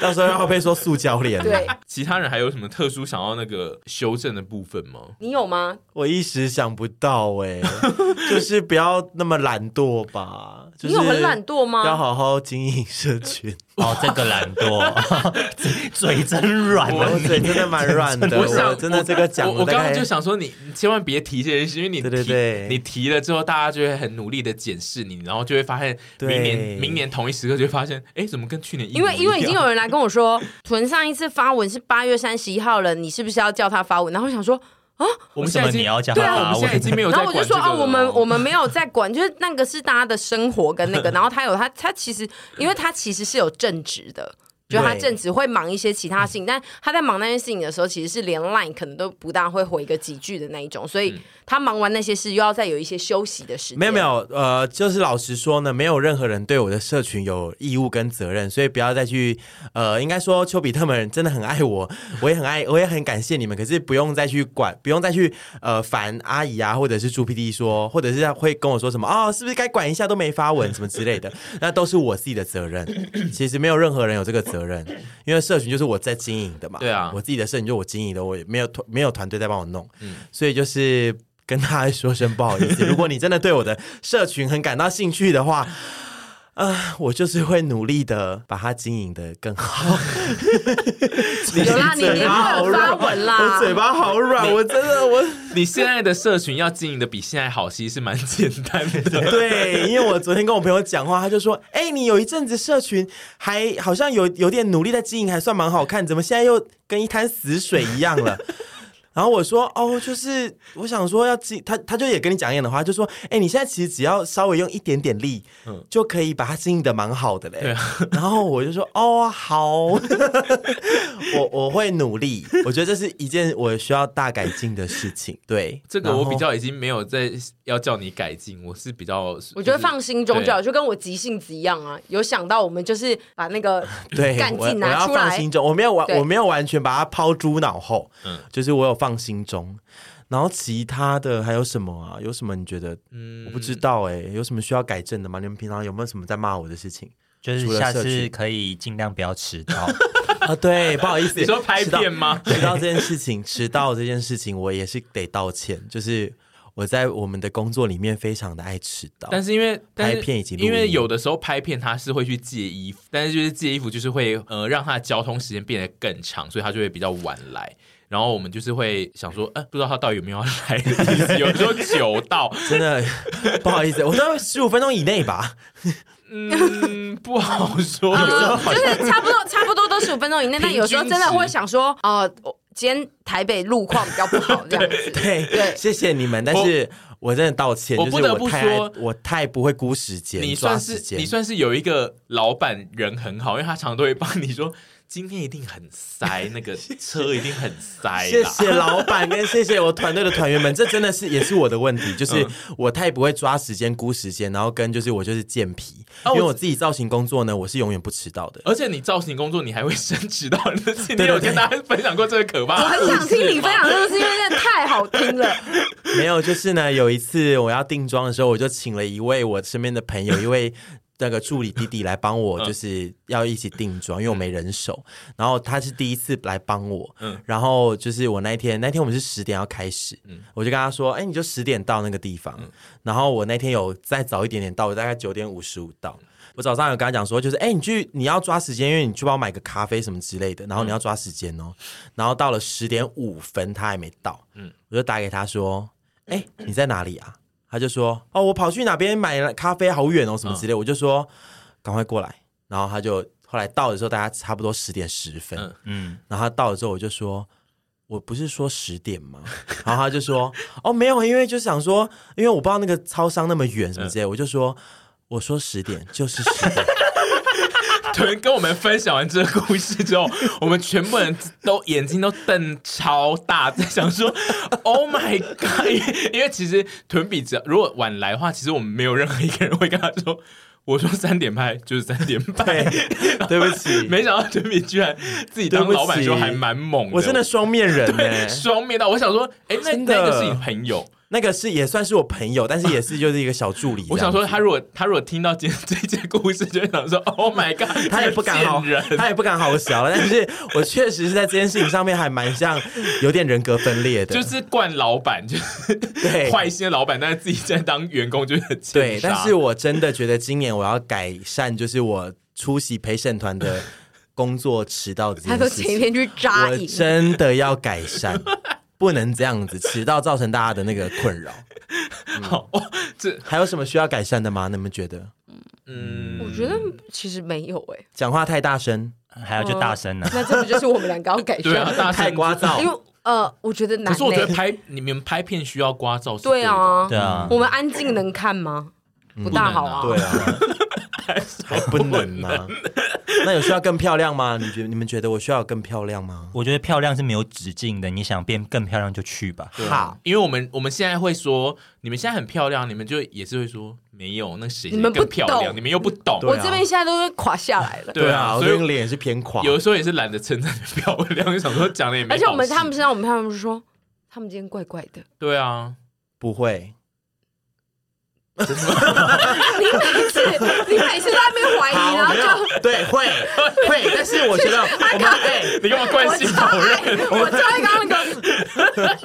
Speaker 3: 到时候要被说塑胶脸。
Speaker 4: 对，
Speaker 5: 其他人还有什么特殊想要那个修正的部分吗？
Speaker 4: 你有吗？
Speaker 3: 我一时想不到哎、 就是不要那么懒惰吧。就是、
Speaker 4: 你有很懒惰
Speaker 3: 要
Speaker 4: 吗？
Speaker 3: 好好经营社 群。
Speaker 6: 哦，这个懒惰， 嘴嘴真软
Speaker 3: 我
Speaker 6: 了
Speaker 3: 嘴
Speaker 6: 你。
Speaker 3: 真的蛮软的，
Speaker 5: 我想
Speaker 3: 真的这个讲，
Speaker 5: 我我
Speaker 3: 大
Speaker 5: 刚
Speaker 3: 概
Speaker 5: 刚就想说你，你千万别提这件事，因为你提
Speaker 3: 对对对
Speaker 5: 你提了之后，大家就会很努力的检视你，然后就会发现
Speaker 3: 对
Speaker 5: 明年明年同一时刻就会发现，哎，怎么跟去年一模
Speaker 4: 因为因为已
Speaker 5: 一样
Speaker 4: 经有人来跟我说，屯上一次发文是八月三十一号了，你是不是要叫他发文？然后我想说，
Speaker 5: 我
Speaker 6: 为
Speaker 5: 们
Speaker 6: 什
Speaker 5: 现在
Speaker 6: 么
Speaker 5: 已经
Speaker 6: 你要讲
Speaker 5: 对啊，我
Speaker 6: 他
Speaker 5: 们现在已经没有在
Speaker 4: 然后
Speaker 5: 管
Speaker 4: 我就说
Speaker 5: 这个
Speaker 4: 哦，
Speaker 5: 了
Speaker 4: 我们我们没有在管，就是那个是大家的生活跟 那个，然后他有他他其实，因为他其实是有正职的。就他
Speaker 3: 对
Speaker 4: 正职会忙一些其他事情，但他在忙那件事情的时候，其实是连 Line 可能都不大会回个几句的那一种，
Speaker 5: 嗯
Speaker 4: 所以他忙完那些事，又要再有一些休息的时间。
Speaker 3: 没有没，有，呃，就是老实说呢，没有任何人对我的社群有义务跟责任，所以不要再去，呃，应该说丘比特们真的很爱我， 我也很爱，我也很感谢你们，可是不用再去管，不用再去呃烦阿姨啊，或者是猪 PD 说，或者是会跟我说什么哦，是不是该管一下都没发文什么之类的， 那都是我自己的责任，其实没有任何人有这个责任，因为社群就是我在经营的嘛，
Speaker 5: 对啊
Speaker 3: 我自己的社群就是我经营的，我也没有团没有团队在帮我弄，
Speaker 5: 嗯
Speaker 3: 所以就是跟大家说声不好意 思。如果你真的对我的社群很感到兴趣的话，啊、我就是会努力的把它经营的更好。
Speaker 4: 有啦，你你
Speaker 3: 嘴巴
Speaker 4: 不
Speaker 3: 好
Speaker 4: 能发
Speaker 3: 软，
Speaker 4: 文
Speaker 3: 我
Speaker 4: 啦，
Speaker 3: 嘴巴好软，我真的我
Speaker 5: 你现在的社群要经营的比现在好，其实是蛮简单的。
Speaker 3: 对，因为我昨天跟我朋友讲话，他就说：“哎、你有一阵子社群还好像有有点努力在经营，还算蛮好看，怎么现在又跟一滩死水一样了？” 然后我说：“哦，就是我想说要经，他他就也跟你讲一样的话，就说：哎、你现在其实只要稍微用一点点力，就可以把它经营的蛮好的嘞。
Speaker 5: 嗯对啊
Speaker 3: 然后我就说：哦，好， 我我会努力。我觉得这是一件我需要大改进的事情。对，
Speaker 5: 这个
Speaker 3: 然
Speaker 5: 我
Speaker 3: 后
Speaker 5: 比较已经没有在要叫你改进，我是比较，
Speaker 4: 我觉得
Speaker 5: 就是
Speaker 4: 放心中就好，就跟我急性子一样啊，有想到我们就是把那个
Speaker 3: 对，
Speaker 4: 干
Speaker 3: 我
Speaker 4: 劲
Speaker 3: 我
Speaker 4: 拿
Speaker 3: 要
Speaker 4: 出
Speaker 3: 放
Speaker 4: 来，
Speaker 3: 心中，我没有完，
Speaker 4: 对
Speaker 3: 我没有完全把它抛诸脑后，
Speaker 5: 嗯
Speaker 3: 嗯，就是我有放心中。然后其他的还有什么啊？有什么你觉得？
Speaker 5: 嗯
Speaker 3: 我不知道哎、有什么需要改正的吗？你们平常有没有什么在骂我的事情
Speaker 6: 就是
Speaker 3: 除了
Speaker 6: 下
Speaker 3: 社
Speaker 6: 次
Speaker 3: 群
Speaker 6: 可以尽量不要迟到。
Speaker 3: 啊？对，不好意思，
Speaker 5: 你说拍
Speaker 3: 迟到
Speaker 5: 片吗？
Speaker 3: 迟到这件事情，迟到这件事情，我也是得道歉。就是我在我们的工作里面非常的爱迟到，
Speaker 5: 但是因为但是
Speaker 3: 拍片以及录音
Speaker 5: 因为有的时候拍片他是会去借衣服，但是就是借衣服就是会呃让他的交通时间变得更长，所以他就会比较晚来。然后我们就是会想说，呃，不知道他到底有没有要来的意思，有时候久 到，
Speaker 3: 真的 不好意思，我都十五分钟以内吧。
Speaker 5: 嗯，不好说。 有时候好像
Speaker 4: 呃就是差不多，差不多都十五分 钟以内。
Speaker 5: 平均
Speaker 4: 但有时候真的会想说，哦、我今天台北路况比较不好，这样 子。
Speaker 3: 对
Speaker 4: 对
Speaker 3: 谢谢你们，但是我真的道歉，
Speaker 5: 我
Speaker 3: 就是
Speaker 5: 不得不
Speaker 3: 我太爱
Speaker 5: 说
Speaker 3: 我太不会估时间，
Speaker 5: 你
Speaker 3: 抓
Speaker 5: 算
Speaker 3: 时
Speaker 5: 是
Speaker 3: 间，
Speaker 5: 你算是有一个老板人很好，因为他常常都会帮你说，今天一定很塞，那个车一定很 塞。
Speaker 3: 谢。谢老板，跟谢谢我团队的团员们，这 真的是也是我的问题，就是
Speaker 5: 嗯
Speaker 3: 我太不会抓时间、估时间，然后跟就是我就是健脾，
Speaker 5: 啊我
Speaker 3: 因为我自己造型工作呢，我是永远不迟到的。
Speaker 5: 而且你造型工作，你还会升职到，
Speaker 3: 对
Speaker 5: 今天有跟大家分享过这个可怕
Speaker 4: 我
Speaker 5: 的故
Speaker 4: 很
Speaker 5: 事吗。
Speaker 4: 想听你分 享这个事，因为真的太好听了。
Speaker 3: 没有，就是呢，有一次我要定妆的时候，我就请了一位我身边的朋友，一位那个助理弟弟来帮我，就是要一起定妆，因为我没人手。然后他是第一次来帮我，然后就是我那一天，那天我们是十点要开始，我就跟他说，哎，你就十点到那个地方。然后我那天有再早一点点到，我大概九点五十五到。我早上有跟他讲说，就是哎、你去你要抓时间，因为你去帮我买个咖啡什么之类的，然后你要抓时间哦。然后到了十点五分，他还没到，嗯，我就打给他说，哎、你在哪里啊？他就说，哦，我跑去哪边买了咖啡，好远哦，
Speaker 5: 嗯
Speaker 3: 什么之类。我就说，赶快过来。然后他就后来到的时候，大家差不多十点十分，
Speaker 5: 嗯
Speaker 6: 嗯，
Speaker 3: 然后他到了之后，我就说。我不是说十点吗？然后他就说：“哦，没有，因为就是想说，因为我不知道那个超商那么远
Speaker 5: 嗯
Speaker 3: 什么之类的，我就说我说十点就是十 点，
Speaker 5: 屯跟我们分享完这个故事之后，我们全部人都眼睛都瞪超大，在想说 “Oh my god”，因为因为其实屯比只要如果晚来的话，其实我们没有任何一个人会跟他说。我说三点拍就是三点 拍，
Speaker 3: 对不起
Speaker 5: 没想到屯比居然自己当老板的时候
Speaker 3: 对不
Speaker 5: 还
Speaker 3: 起
Speaker 5: 蛮猛的，
Speaker 3: 我真的双面人呢、
Speaker 5: 对 双面到，我想说，哎、那
Speaker 3: 真的
Speaker 5: 那个是你朋友，。
Speaker 3: 那个是也算是我朋友，但是也是就是一个小助理
Speaker 5: 我想说，
Speaker 3: 这样
Speaker 5: 他如果他如果听到今天这一件故事，就会想说，Oh my god，
Speaker 3: 子他也不敢好
Speaker 5: 这个贱，人，
Speaker 3: 他也不敢好小了。但是我确实是在这件事情上面还蛮像有点人格分裂的，
Speaker 5: 就是惯老板，就是
Speaker 3: 对
Speaker 5: 坏心的老板，但是自己在当员工就是很啊欠
Speaker 3: 对。
Speaker 5: 杀
Speaker 3: 但是我真的觉得今年我要改善，就是我出席陪审团的工作迟到这
Speaker 4: 他
Speaker 3: 件
Speaker 4: 都
Speaker 3: 事
Speaker 4: 前一
Speaker 3: 情，
Speaker 4: 天去扎
Speaker 3: 我
Speaker 4: 营，
Speaker 3: 真的要改善。不能这样子，迟到造成大家的那个困扰。嗯
Speaker 5: 好，哦这
Speaker 3: 还有什么需要改善的吗？你们觉得
Speaker 5: 嗯，
Speaker 4: 我觉得其实没有哎、
Speaker 3: 讲话太大声？
Speaker 6: 还有就
Speaker 5: 哦
Speaker 6: 大声啊呢、
Speaker 4: 那这不就是我们两个要改善
Speaker 5: 对啊，
Speaker 4: 的？
Speaker 5: 大
Speaker 3: 太
Speaker 5: 声
Speaker 3: 聒噪
Speaker 4: 因为呃，我觉得难、欸。
Speaker 5: 可是我觉得拍你们拍片需要刮噪，
Speaker 4: 对，啊，
Speaker 6: 对啊，
Speaker 4: 我们安静能看吗？
Speaker 5: 嗯
Speaker 4: 不大好啊。
Speaker 3: 对 啊，还不能吗？那有需要更漂亮吗？你觉你们觉得我需要更漂亮吗？
Speaker 6: 我觉得漂亮是没有止境的，你想变更漂亮就去吧。
Speaker 3: 好，
Speaker 5: 因为我们我们现在会说你们现在很漂亮，你们就也是会说没有，那谁
Speaker 4: 你们不
Speaker 5: 更漂亮，
Speaker 4: 懂
Speaker 5: 你们又不懂，
Speaker 3: 对啊
Speaker 4: 我这边现在都会垮下来了。
Speaker 5: 对啊，
Speaker 3: 我
Speaker 5: 所
Speaker 3: 这
Speaker 5: 以
Speaker 3: 个脸也是偏垮。
Speaker 5: 有的时候也是懒得称赞你漂亮，就想说讲的也没好
Speaker 4: 而
Speaker 5: 事。
Speaker 4: 且我们 他们身上，我们他们说他们今天怪怪的。
Speaker 5: 对啊，
Speaker 3: 不 会？
Speaker 4: 你每次你每次在那边怀疑，然后就
Speaker 3: 对，会会，但是我觉 得我们哎，
Speaker 5: 啊你干 嘛
Speaker 4: 我
Speaker 5: 关心
Speaker 4: 超
Speaker 5: 否认？
Speaker 4: 爱，我超爱刚刚那个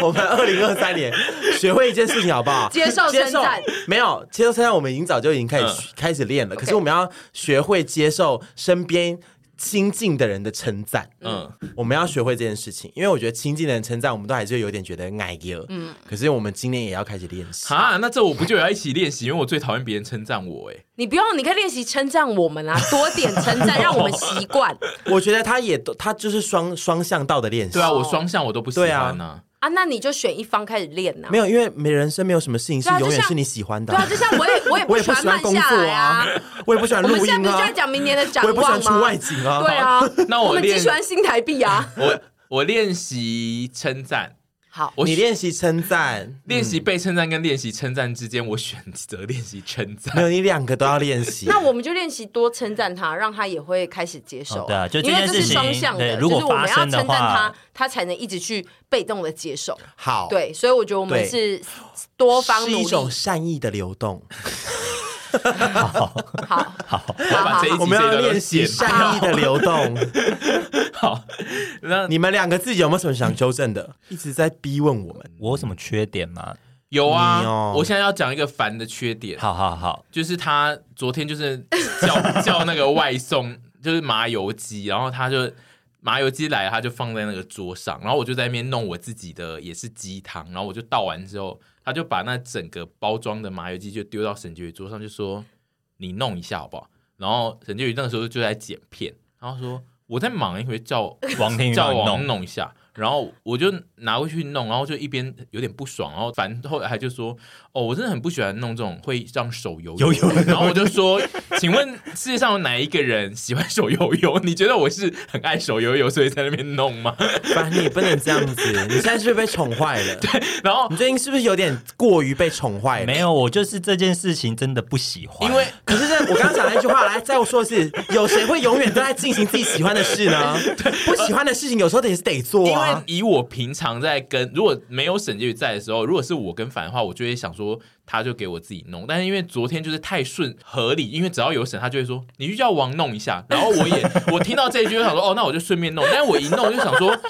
Speaker 3: 我们二零二三年学会一件事情好不好？
Speaker 4: 接受称赞嗯
Speaker 3: 接受没有接受称赞，我们已经早就已经开始、开始练了。可是我们要学会接受身边亲近的人的称赞。
Speaker 5: 嗯
Speaker 3: 嗯，我们要学会这件事情，因为我觉得亲近的人称赞，我们都还是有点觉得碍眼。嗯，可是我们今年也要开始练习。
Speaker 5: 哈，那这我不就也要一起练习？因为我最讨厌别人称赞我、哎，
Speaker 4: 你不用，你可以练习称赞我们啊，多点称赞，让我们习惯
Speaker 3: 我觉得他也都，他就是双双向道的练习。
Speaker 5: 对啊，我双向我都不喜欢呐、
Speaker 4: 啊。那你就选一方开始练呐、
Speaker 3: 没有，因为没人生没有什么事情是
Speaker 4: 对啊
Speaker 3: 永
Speaker 4: 就
Speaker 3: 远
Speaker 4: 像
Speaker 3: 是你喜欢的
Speaker 4: 对啊，
Speaker 3: 啊。
Speaker 4: 就像我也我也
Speaker 3: 我也
Speaker 4: 喜
Speaker 3: 不
Speaker 4: 欢
Speaker 3: 喜欢
Speaker 4: 慢
Speaker 3: 工
Speaker 4: 下
Speaker 3: 作
Speaker 4: 来
Speaker 3: 啊，我也不喜欢
Speaker 4: 我们
Speaker 3: 录
Speaker 4: 现在
Speaker 3: 音
Speaker 4: 不是
Speaker 3: 啊
Speaker 4: 在，讲明年的展
Speaker 3: 我也不喜
Speaker 4: 望
Speaker 3: 欢出
Speaker 4: 吗
Speaker 3: 外？景啊。
Speaker 4: 对啊，
Speaker 5: 那我
Speaker 4: 们
Speaker 5: 练
Speaker 4: 只喜欢新台 币啊。
Speaker 5: 我我练习称赞，
Speaker 4: 好，
Speaker 5: 我
Speaker 3: 你练嗯习称赞，
Speaker 5: 练习被称赞跟练习称赞之间，我选择练习称
Speaker 3: 没
Speaker 5: 赞。
Speaker 3: 有你两个都要练 习。
Speaker 4: 那我们就练习多称赞他，让他也会开始接受、
Speaker 6: 哦对啊就这
Speaker 4: 因为
Speaker 6: 件
Speaker 4: 这是
Speaker 6: 事情
Speaker 4: 双向的，
Speaker 6: 对如果
Speaker 4: 就是我们要
Speaker 6: 发
Speaker 4: 称
Speaker 6: 生的
Speaker 4: 赞
Speaker 6: 话
Speaker 4: 他，他才能一直去被动的接受。
Speaker 3: 好，，
Speaker 4: 对，所以我觉得我们
Speaker 3: 对
Speaker 4: 是多方
Speaker 3: 是
Speaker 4: 努
Speaker 3: 一种
Speaker 4: 力。
Speaker 3: 善意的流动。
Speaker 4: 好，好，
Speaker 5: 我把
Speaker 4: 好
Speaker 5: 这一集
Speaker 3: 我们
Speaker 5: 这一
Speaker 3: 要
Speaker 5: 段都
Speaker 3: 练习
Speaker 5: 剪掉
Speaker 3: 善意的流动。
Speaker 5: 好，那
Speaker 3: 你们两个自己有没有什么想纠正的？一直在逼问我们。
Speaker 6: 我有什么缺点吗？
Speaker 5: 有啊、
Speaker 3: 你哦
Speaker 5: 我现在要讲一个烦的缺点，
Speaker 6: 好好好，
Speaker 5: 就是他昨天就是 叫叫那个外送，就是麻油鸡，然后他就麻油鸡来了，他就放在那个桌上，然后我就在那边弄我自己的也是鸡汤，然后我就倒完之后，他就把那整个包装的麻油鸡就丢到沈婕妤桌上，就说你弄一下好不好？然后沈婕妤那个时候就在剪片，然后说我在忙，一会叫
Speaker 6: 王天宇
Speaker 5: 叫
Speaker 6: 帮你
Speaker 5: 我
Speaker 6: 弄，
Speaker 5: 弄一下，然后我就拿过去弄，然后就一边有点不爽，然后反正后来他就说：“哦，我真的很不喜欢弄这种会让手油
Speaker 6: 油油的
Speaker 5: 然后我就说：“请问世界上有哪一个人喜欢手油油？你觉得我是很爱手油油，所以在那边弄吗
Speaker 3: 反正你不能这样子，你现在是不是被宠坏 了？？”
Speaker 5: 然后
Speaker 3: 你最近是不是有点过于被宠坏了？
Speaker 6: 没有，我就是这件事情真的不喜欢，
Speaker 5: 哎因为
Speaker 3: 可是这我刚刚讲那句话，来再我 说一次，有谁会永远都在进行自己喜欢的事呢？不喜欢的事情有时候得也是得做、啊。
Speaker 5: 因为因为以我平常在跟，如果没有沈婕妤在的时候，如果是我跟凡的话，我就会想说，他就给我自己弄。但是因为昨天就是太顺合理，因为只要有沈，他就会说你去叫王弄一下。然后我也 我听到这一句就想说，哦，那我就顺便弄。但是我一弄就想说，哦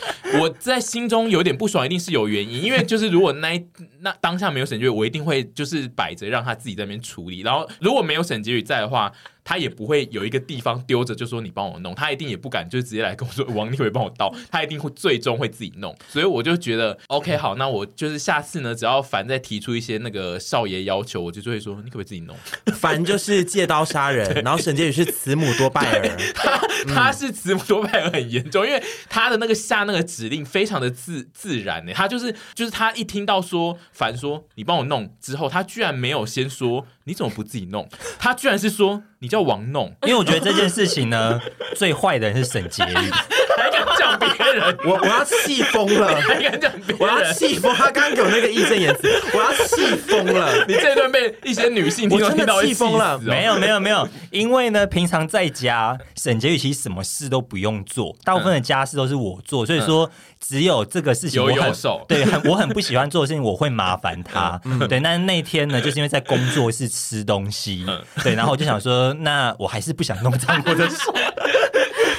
Speaker 5: 我 在心中有点不爽，一定是有原因。因为就是如果那一那当下没有沈婕妤，我一定会就是摆着让他自己在那边处理。然后如果没有沈婕妤在的话，他也不会有一个地方丢着就说你帮我弄，他一定也不敢就直接来跟我说王力伟帮我倒，他一定会最终会自己弄。所以我就觉得 OK 好，那我就是下次呢，只要凡再提出一些那个少爷要求，我就就会说你可不可以自己弄？
Speaker 3: 凡就是借刀杀人，然后沈婕妤是慈母多败儿，
Speaker 5: 他
Speaker 3: 嗯
Speaker 5: 他是慈母多败儿很严重，因为他的那个下那个指令非常的自自然欸呢、他就是就是他一听到说凡说你帮我弄之后，他居然没有先说你怎么不自己弄，他居然是说你叫王弄，
Speaker 6: 因为我觉得这件事情 呢，最坏的人是沈婕妤。
Speaker 5: 还敢叫别人。
Speaker 3: 我我要气疯了，
Speaker 5: 还敢讲别
Speaker 3: 我要
Speaker 5: 人？
Speaker 3: 气疯，他刚刚给我那个义正言辞，我要气疯了。
Speaker 5: 你这一段被一些女性听
Speaker 3: 我
Speaker 5: 众
Speaker 3: 真的
Speaker 5: 听到会
Speaker 3: 气疯了
Speaker 5: 死哦
Speaker 6: 没有没有没有，因为呢，平常在家，沈婕妤其实什么事都不用做，大部分的家事都是我做，所以说只有这个事情我
Speaker 5: 嗯有
Speaker 6: 很
Speaker 5: 有手嗯
Speaker 6: 对，很我很不喜欢做的事情，我会麻烦 她。对，但是那天呢，就是因为在工作室吃东西，
Speaker 5: 嗯
Speaker 6: 对，然后我就想说，那我还是不想弄脏我的手，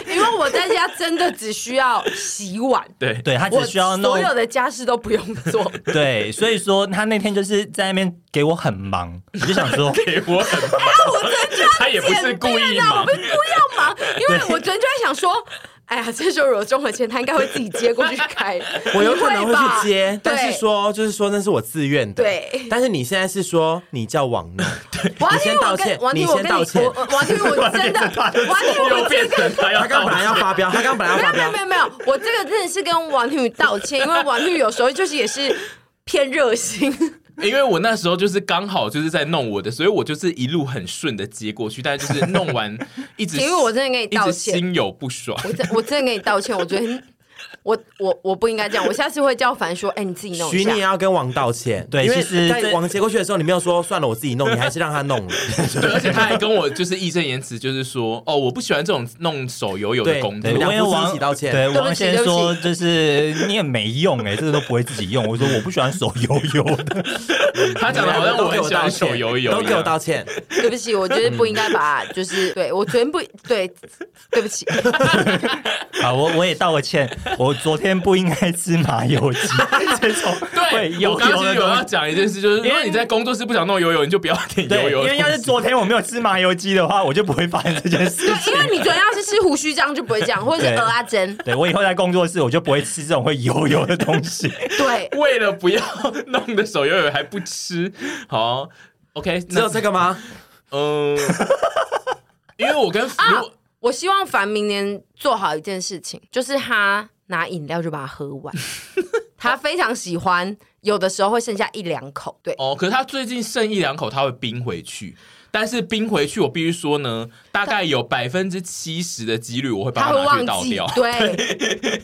Speaker 4: 因为我在家真的只需要洗 碗，
Speaker 5: 对
Speaker 6: 对她
Speaker 4: 我
Speaker 6: 只需要弄
Speaker 4: 所有的家事都不用 做。
Speaker 6: 对，所以说他那天就是在那边给我很忙，我就想 说，
Speaker 5: 给 我很忙，他也不是故意忙
Speaker 4: 我，们不要忙，因为我昨天就在想说。哎呀，这时候如果中和前，他应该会自己接过去 开。
Speaker 3: 我有可能会
Speaker 4: 你吧
Speaker 3: 去接，但
Speaker 4: 对
Speaker 3: 是说就是说那是我自愿的。
Speaker 4: 对
Speaker 3: 但是你现在是说你叫网弄，
Speaker 4: 王
Speaker 3: 你
Speaker 4: 庭
Speaker 3: 先
Speaker 4: 宇，我
Speaker 3: 道
Speaker 4: 跟
Speaker 3: 歉，
Speaker 4: 王庭
Speaker 3: 你
Speaker 4: 宇，我跟
Speaker 3: 先
Speaker 4: 你，
Speaker 3: 道歉
Speaker 4: 我。我王庭宇，我真的，王庭宇，我
Speaker 5: 又
Speaker 4: 这
Speaker 5: 变
Speaker 4: 个
Speaker 5: 成他要
Speaker 3: 他刚本来要
Speaker 5: 道歉
Speaker 3: 发飙，他刚本来要
Speaker 4: 没
Speaker 3: 发
Speaker 4: 有没
Speaker 3: 飙
Speaker 4: 有没，有没有，我这个真的是跟王庭宇道歉，因为王庭宇有时候就是也是偏 热心，
Speaker 5: 因为我那时候就是刚好就是在弄我的，所以我就是一路很顺的接过去，但就是弄 完一直，
Speaker 4: 因为我真的跟你
Speaker 5: 一直
Speaker 4: 道歉，
Speaker 5: 心有不爽。
Speaker 4: 我真我真的跟你道歉，我觉得我我我不应该这样，我下次会叫凡说，哎，你自己弄一
Speaker 3: 许你也啊
Speaker 4: 下。
Speaker 3: 要跟王道歉。
Speaker 6: 对
Speaker 3: 因为
Speaker 6: 其实
Speaker 3: 在
Speaker 6: 这
Speaker 3: 王接过去的时候，你没有说算了，我自己弄，你还是让他弄了。
Speaker 5: 对，而且他还跟我就是义正言辞，就是说，哦，我不喜欢这种弄手游有的
Speaker 3: 对
Speaker 5: 工作
Speaker 6: 对，。
Speaker 3: 两
Speaker 6: 我
Speaker 3: 夫
Speaker 6: 也
Speaker 3: 妻
Speaker 6: 王
Speaker 3: 一起道歉
Speaker 6: 对，
Speaker 4: 对不
Speaker 6: 王
Speaker 4: 起
Speaker 6: 先
Speaker 4: 对不
Speaker 6: 说
Speaker 4: 起
Speaker 6: 就是你也没用哎、这个都不会自己用。我说我不喜欢手游游的，
Speaker 5: 他讲的好像
Speaker 3: 都
Speaker 5: 我
Speaker 3: 给
Speaker 5: 很
Speaker 3: 我
Speaker 5: 喜
Speaker 3: 道
Speaker 5: 欢手
Speaker 3: 歉，
Speaker 5: 游游
Speaker 3: 都
Speaker 5: 一
Speaker 3: 给我
Speaker 5: 样。
Speaker 3: 道歉。
Speaker 4: 对不起，我觉得不应该
Speaker 3: 嗯
Speaker 4: 把就是对我昨天不对，对 不起，
Speaker 6: 好，我我也道个歉，我昨天不应该吃麻油 鸡这种会
Speaker 5: 对，
Speaker 6: 有
Speaker 5: 我刚刚
Speaker 6: 油
Speaker 5: 其
Speaker 6: 的
Speaker 5: 实有
Speaker 6: 东
Speaker 5: 要
Speaker 6: 西。
Speaker 5: 讲一件事，就是如果你在工作室不想弄游泳，你就不要点游
Speaker 6: 对，
Speaker 5: 泳。
Speaker 6: 因为要是昨天我没有吃麻油鸡的话，我就不会发生这件事
Speaker 4: 对，
Speaker 6: 情
Speaker 4: 因。为你昨天要是吃胡须章就不会这样，或者是
Speaker 6: 对
Speaker 4: 鹅阿珍，
Speaker 6: 对我以后在工作室，我就不会吃这种会油油的东西。
Speaker 4: 对，
Speaker 5: 为了不要弄的手游游还不吃，好，OK，
Speaker 3: 只有
Speaker 5: 那
Speaker 3: 这个吗？
Speaker 5: 嗯，因为我跟福、
Speaker 4: 啊我希望凡明年做好一件事情，就是他拿饮料就把它喝 完，他非常喜欢，有的时候会剩下一两口。对，
Speaker 5: 哦，可是他最近剩一两口，他会冰回去。但是冰回去，我必须说呢，大概有百分之七十的几率我会把
Speaker 4: 他
Speaker 5: 它
Speaker 4: 会
Speaker 5: 拿去
Speaker 4: 忘
Speaker 5: 倒
Speaker 4: 记
Speaker 5: 掉。。
Speaker 4: 对，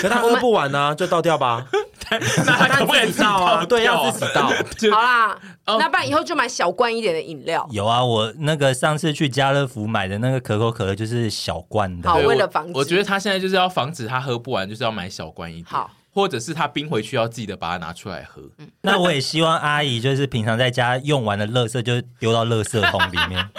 Speaker 3: 可他喝不完呢，就倒掉吧。
Speaker 5: 那他可不可以
Speaker 3: 自己倒啊？对，要自己倒。
Speaker 5: 就
Speaker 4: 好啦，
Speaker 5: 哦
Speaker 4: 那不然以后就买小罐一点的饮料。
Speaker 6: 有啊，我那个上次去家乐福买的那个可口可乐就是小罐的
Speaker 4: 好，
Speaker 5: 对
Speaker 4: 为
Speaker 5: 我
Speaker 4: 了防止
Speaker 5: 我觉得他现在就是要防止他喝不完，就是要买小罐一点，
Speaker 4: 好，嗯
Speaker 5: 或者是他冰回去要记得把它拿出来喝。
Speaker 6: 那我也希望阿姨就是平常在家用完的垃圾就丢到垃圾桶里面。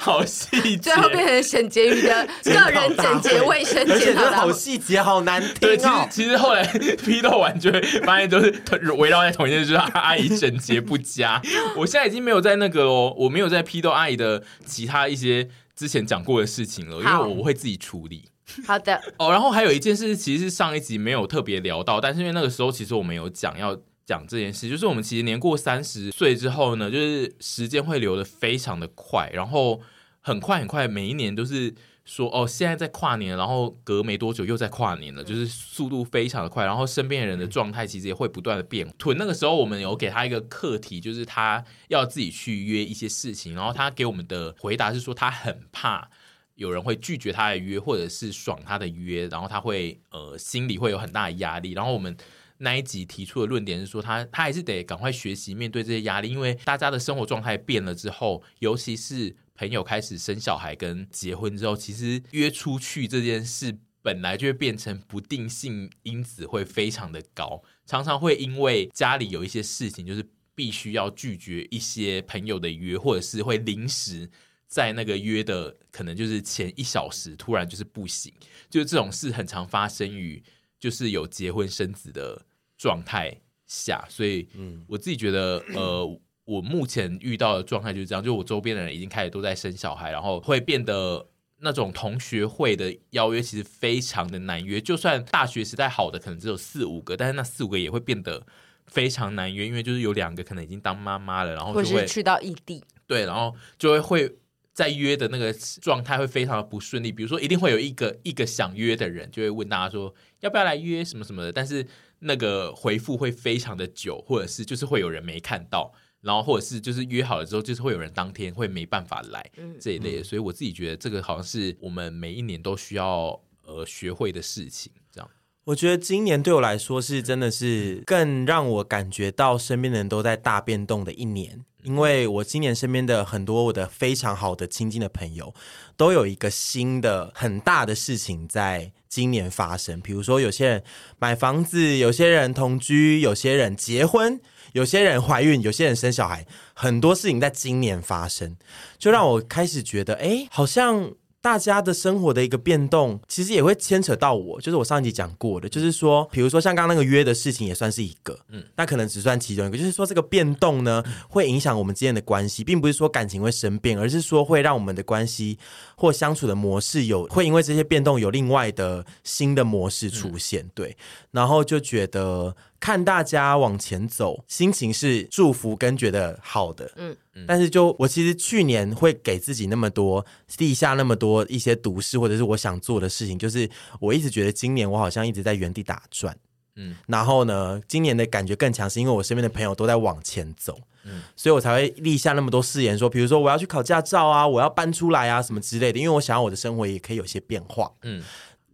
Speaker 5: 好细节
Speaker 4: 最，后变成沈婕妤的 个人整洁卫生
Speaker 3: 而 且
Speaker 4: 检
Speaker 3: 这个好
Speaker 4: 讨大会。
Speaker 3: 细节，好难
Speaker 5: 对，
Speaker 3: 听
Speaker 5: 其
Speaker 3: 哦。
Speaker 5: 实其实后来 批斗完就会发现都是围绕在同一件事，就是阿姨整洁 不佳。我现在已经没有在那个哦，我没有在批斗阿姨的其他一些之前讲过的事情了，因为
Speaker 4: 好
Speaker 5: 我会自己处理。
Speaker 4: 好的，
Speaker 5: 哦，然后还有一件事，其实是上一集没有特别聊到，但是因为那个时候其实我们有讲要讲这件事，就是我们其实年过三十岁之后呢，就是时间会流得非常的快，然后很快很快，每一年都是说哦，现在在跨年，然后隔没多久又在跨年了，就是速度非常的快，然后身边的人的状态其实也会不断的变。屯那个时候我们有给他一个课题，就是他要自己去约一些事情，然后他给我们的回答是说他很怕。有人会拒绝他的约，或者是爽他的约，然后他会呃心里会有很大的压力。然后我们那一集提出的论点是说他，他还是得赶快学习面对这些压力，因为大家的生活状态变了之后，尤其是朋友开始生小孩跟结婚之后，其实约出去这件事本来就会变成不定性因子会非常的高，常常会因为家里有一些事情，就是必须要拒绝一些朋友的约，或者是会临时在那个约的可能就是前一小时突然就是不行，就是这种事很常发生于就是有结婚生子的状态下，所以嗯，我自己觉得呃。我目前遇到的状态就是这样，就我周边的人已经开始都在生小孩，然后会变得那种同学会的邀约其实非常的难约。就算大学时代好的可能只有四五个，但是那四五个也会变得非常难约，因为就是有两个可能已经当妈妈了，然后
Speaker 4: 或
Speaker 5: 就
Speaker 4: 者是
Speaker 5: 会
Speaker 4: 去到异地，
Speaker 5: 对，然后就会会在约的那个状态会非常的不顺利。比如说，一定会有一个一个想约的人，就会问大家说要不要来约什么什么的，但是那个回复会非常的久，或者是就是会有人没看到，然后或者是就是约好了之后，就是会有人当天会没办法来这一类的。所以我自己觉得这个好像是我们每一年都需要呃学会的事情，这样。
Speaker 3: 我觉得今年对我来说是真的是更让我感觉到身边的人都在大变动的一年，因为我今年身边的很多我的非常好的亲近的朋友，都有一个新的很大的事情在今年发生。比如说，有些人买房子，有些人同居，有些人结婚，有些人怀孕，有些人生小孩，很多事情在今年发生，就让我开始觉得，哎，好像大家的生活的一个变动，其实也会牵扯到我，就是我上一集讲过的，就是说，比如说像刚刚那个约的事情，也算是一个，嗯，那可能只算其中一个，就是说这个变动呢，会影响我们之间的关系，并不是说感情会生变，而是说会让我们的关系或相处的模式有会因为这些变动有另外的新的模式出现，对，然后就觉得看大家往前走，心情是祝福跟觉得好的，嗯。但是就我其实去年会给自己那么多立下那么多一些毒誓，或者是我想做的事情，就是我一直觉得今年我好像一直在原地打转，
Speaker 5: 嗯
Speaker 3: 嗯，然后呢，今年的感觉更强，是因为我身边的朋友都在往前走，嗯，所以我才会立下那么多誓言，说比如说我要去考驾照啊，我要搬出来啊什么之类的，因为我想要我的生活也可以有些变化，
Speaker 5: 嗯
Speaker 3: 嗯。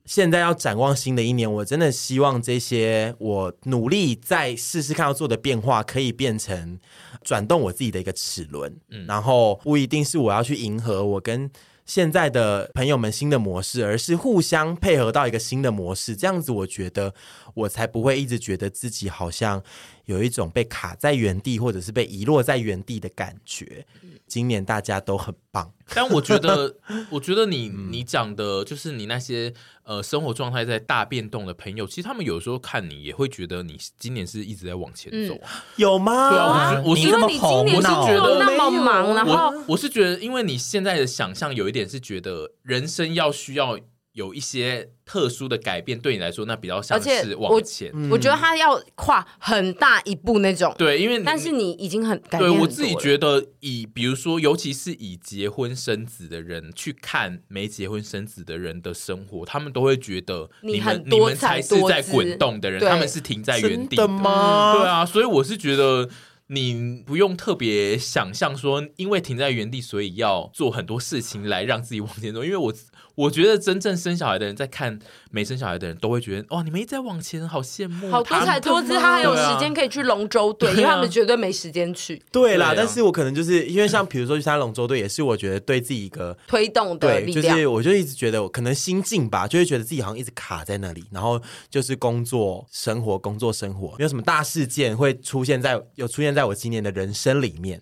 Speaker 3: 现在要展望新的一年，我真的希望这些我努力再试试看要做的变化，可以变成转动我自己的一个齿轮，
Speaker 5: 嗯
Speaker 3: 然后不一定是我要去迎合我跟现在的朋友们新的模式，而是互相配合到一个新的模式，这样子我觉得我才不会一直觉得自己好像有一种被卡在原地或者是被遗落在原地的感觉。今年大家都很棒，
Speaker 5: 但我觉得，我觉得你你讲的就是你那些呃生活状态在大变动的朋友，其实他们有时候看你也会觉得你今年是一直在往前走
Speaker 4: 嗯
Speaker 5: 啊。
Speaker 3: 有吗？
Speaker 5: 对啊我是
Speaker 6: 你
Speaker 4: 因
Speaker 6: 那
Speaker 4: 为
Speaker 6: 么
Speaker 4: 你今
Speaker 6: 红
Speaker 4: 年
Speaker 5: 我
Speaker 4: 工
Speaker 5: 是
Speaker 6: 闹
Speaker 5: 觉得
Speaker 4: 作那么忙，然后
Speaker 5: 我我是觉得，因为你现在的想象有一点是觉得人生要需要有一些特殊的改变，对你来说那比较像
Speaker 4: 而且
Speaker 5: 是
Speaker 4: 我
Speaker 5: 往前。
Speaker 4: 我觉得他要跨很大一步那种。，
Speaker 5: 嗯对，因为你
Speaker 4: 但是你已经很改
Speaker 5: 对
Speaker 4: 变
Speaker 5: 我
Speaker 4: 很
Speaker 5: 自己
Speaker 4: 多了
Speaker 5: 觉得以，比如说，尤其是以结婚生子的人去看没结婚生子的人的生活，他们都会觉得
Speaker 4: 你
Speaker 5: 你们
Speaker 4: 很
Speaker 5: 你
Speaker 4: 多
Speaker 5: 们
Speaker 4: 彩
Speaker 5: 才是
Speaker 4: 多
Speaker 5: 在
Speaker 4: 姿
Speaker 5: 滚动的人，
Speaker 4: 对
Speaker 5: 他们是停在原
Speaker 3: 真
Speaker 5: 地
Speaker 3: 的吗？
Speaker 5: 对啊，所以我是觉得你不用特别想象说，因为停在原地，所以要做很多事情来让自己往前走。因为我我觉得真正生小孩的人在看没生小孩的人都会觉得，哇，哦你们一直在往前，好羡慕，
Speaker 4: 好多彩多姿，嗯
Speaker 3: 嗯
Speaker 4: 他还有
Speaker 3: 啊
Speaker 5: 啊
Speaker 4: 时间可以去龙舟队，因为他们绝对没时间去
Speaker 3: 对啦，
Speaker 5: 对啊
Speaker 3: 但是我可能就是因为像比如说去参加龙舟队，也是我觉得对自己一个
Speaker 4: 推动 的
Speaker 3: 对，
Speaker 4: 力
Speaker 3: 就是
Speaker 4: 量。
Speaker 3: 我就一直觉得我可能心境吧，就会觉得自己好像一直卡在那里，然后就是工作、生活、工作、生活，没有什么大事件会出现在有出现在我今年的人生里面，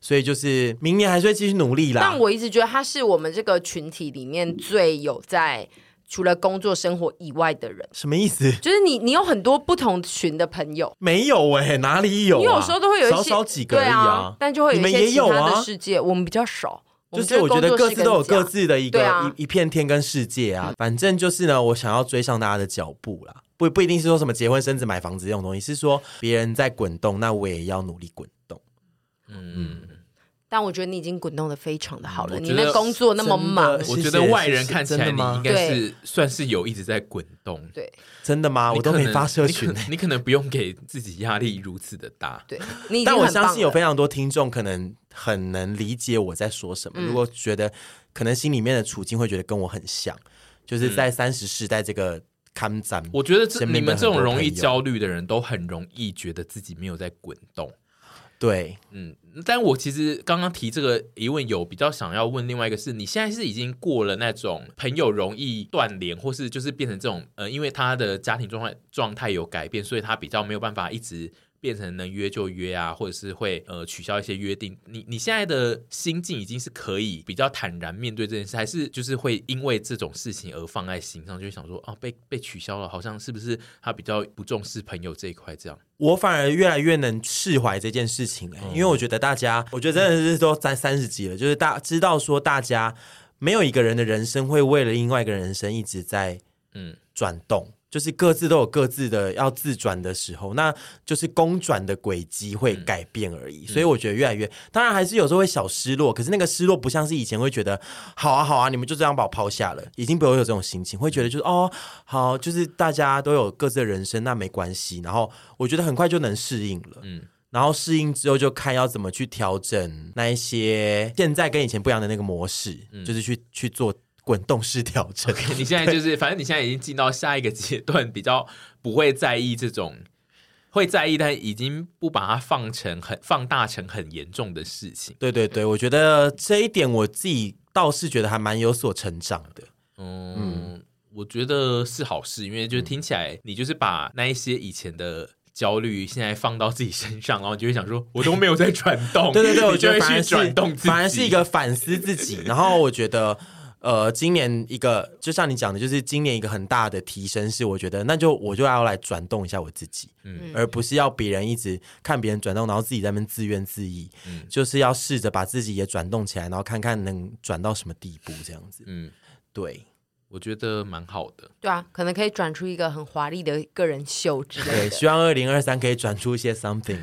Speaker 3: 所以就是明年还是会继续努力啦。
Speaker 4: 但我一直觉得他是我们这个群体里面最有在除了工作生活以外的人，
Speaker 3: 什么意思？
Speaker 4: 就是你，你有很多不同群的朋友。
Speaker 3: 没有哎、哪里有、啊？
Speaker 4: 你有时候都会有一些
Speaker 3: 少少几个而
Speaker 4: 对
Speaker 3: 已
Speaker 4: 啊，但就会
Speaker 3: 你
Speaker 4: 有一
Speaker 3: 们
Speaker 4: 些
Speaker 3: 也
Speaker 4: 其
Speaker 3: 有
Speaker 4: 他的
Speaker 3: 啊。
Speaker 4: 世界，我们比较少。
Speaker 3: 就是我觉得
Speaker 4: 们
Speaker 3: 各
Speaker 4: 就
Speaker 3: 自
Speaker 4: 是工
Speaker 3: 都有
Speaker 4: 作室
Speaker 3: 各
Speaker 4: 跟家
Speaker 3: 自的一
Speaker 4: 对
Speaker 3: 个、
Speaker 4: 啊嗯
Speaker 3: 一一片天跟世界啊，反正就是呢，我想要追上大家的脚步啦，不不一定是说什么结婚、生子、买房子这种东西，是说别人在滚动，那我也要努力滚动。
Speaker 4: 但我觉得你已经滚动的非常的好了，
Speaker 5: 我
Speaker 4: 你
Speaker 5: 觉得
Speaker 4: 那工作那么忙
Speaker 3: 真，的
Speaker 5: 我觉
Speaker 3: 谢
Speaker 5: 得
Speaker 3: 谢
Speaker 5: 外人
Speaker 3: 谢谢
Speaker 5: 看起来
Speaker 3: 真
Speaker 5: 你
Speaker 3: 的吗
Speaker 5: 应该
Speaker 4: 对
Speaker 5: 是算是有一直在滚动，
Speaker 4: 对
Speaker 3: 真的吗？
Speaker 5: 你
Speaker 3: 啊我都
Speaker 5: 可
Speaker 3: 没
Speaker 5: 能
Speaker 3: 发社
Speaker 5: 你可
Speaker 3: 群、欸
Speaker 5: 能，你可能不用给自己压力如此的大。
Speaker 4: 对，你已经
Speaker 3: 但我
Speaker 4: 很棒
Speaker 3: 相信有
Speaker 4: 了
Speaker 3: 非常多听众可能很能理解我在说什么。
Speaker 4: 嗯
Speaker 3: 如果觉得可能心里面的处境会觉得跟我很像，就是在三十世代这个看展，
Speaker 5: 嗯我觉得这
Speaker 3: 身
Speaker 5: 你
Speaker 3: 边的
Speaker 5: 们这种
Speaker 3: 很多
Speaker 5: 容易
Speaker 3: 朋友
Speaker 5: 焦虑的人都很容易觉得自己没有在滚动，
Speaker 3: 对，
Speaker 5: 嗯，但我其实刚刚提这个疑问，有比较想要问另外一个是，你现在是已经过了那种朋友容易断联，或是就是变成这种呃，因为他的家庭状态状态有改变，所以他比较没有办法一直变成能约就约啊，或者是会呃取消一些约定。你你现在的心境已经是可以比较坦然面对这件事，还是就是会因为这种事情而放在心上，就会想说啊，被被取消了，好像是不是他比较不重视朋友这一块这样？
Speaker 3: 我反而越来越能释怀这件事情、欸，因为我觉得大家，我觉得真的是都三三十集了，就是大知道说大家没有一个人的人生会为了另外一个人人生一直在
Speaker 5: 嗯，
Speaker 3: 转动，就是各自都有各自的要自转的时候，那就是公转的轨迹会改变而已。所以我觉得越来越，当然还是有时候会小失落，可是那个失落不像是以前会觉得好啊好啊，你们就这样把我抛下了，已经不会有这种心情，会觉得就是哦好，就是大家都有各自的人生，那没关系。然后我觉得很快就能适应了，嗯
Speaker 5: 嗯。
Speaker 3: 然后适应之后，就看要怎么去调整那一些现在跟以前不一样的那个模式，就是去去做滚动式调整。
Speaker 5: 你现在就是，反正你现在已经进到下一个阶段，比较不会在意这种，会在意，但已经不把它放成很放大成很严重的事情。
Speaker 3: 对对对，我觉得这一点我自己倒是觉得还蛮有所成长的。
Speaker 5: 嗯，我觉得是好事，因为就是听起来你就是把那一些以前的。焦虑现在放到自己身上，然后你就会想说，我都没有在转动，
Speaker 3: 对对对，我
Speaker 5: 你
Speaker 3: 觉得
Speaker 5: 就会
Speaker 3: 反而
Speaker 5: 去
Speaker 3: 是
Speaker 5: 转动自己，
Speaker 3: 反而是一个反思自 己。然后我觉得，呃，今年一个就像你讲的，就是今年一个很大的提升是，我觉得那就我就要来转动一下我自己，嗯，而不是要别人一直看别人转动，然后自己在那边自怨自艾，就是要试着把自己也转动起来，然后看看能转到什么地步，这样子。
Speaker 5: 嗯，
Speaker 3: 对
Speaker 5: 我觉得蛮好的。
Speaker 4: 对啊，可能可以转出一个很华丽的个人秀之类
Speaker 3: 对，
Speaker 4: 的。
Speaker 3: 希望二零二三可以转出一些 something。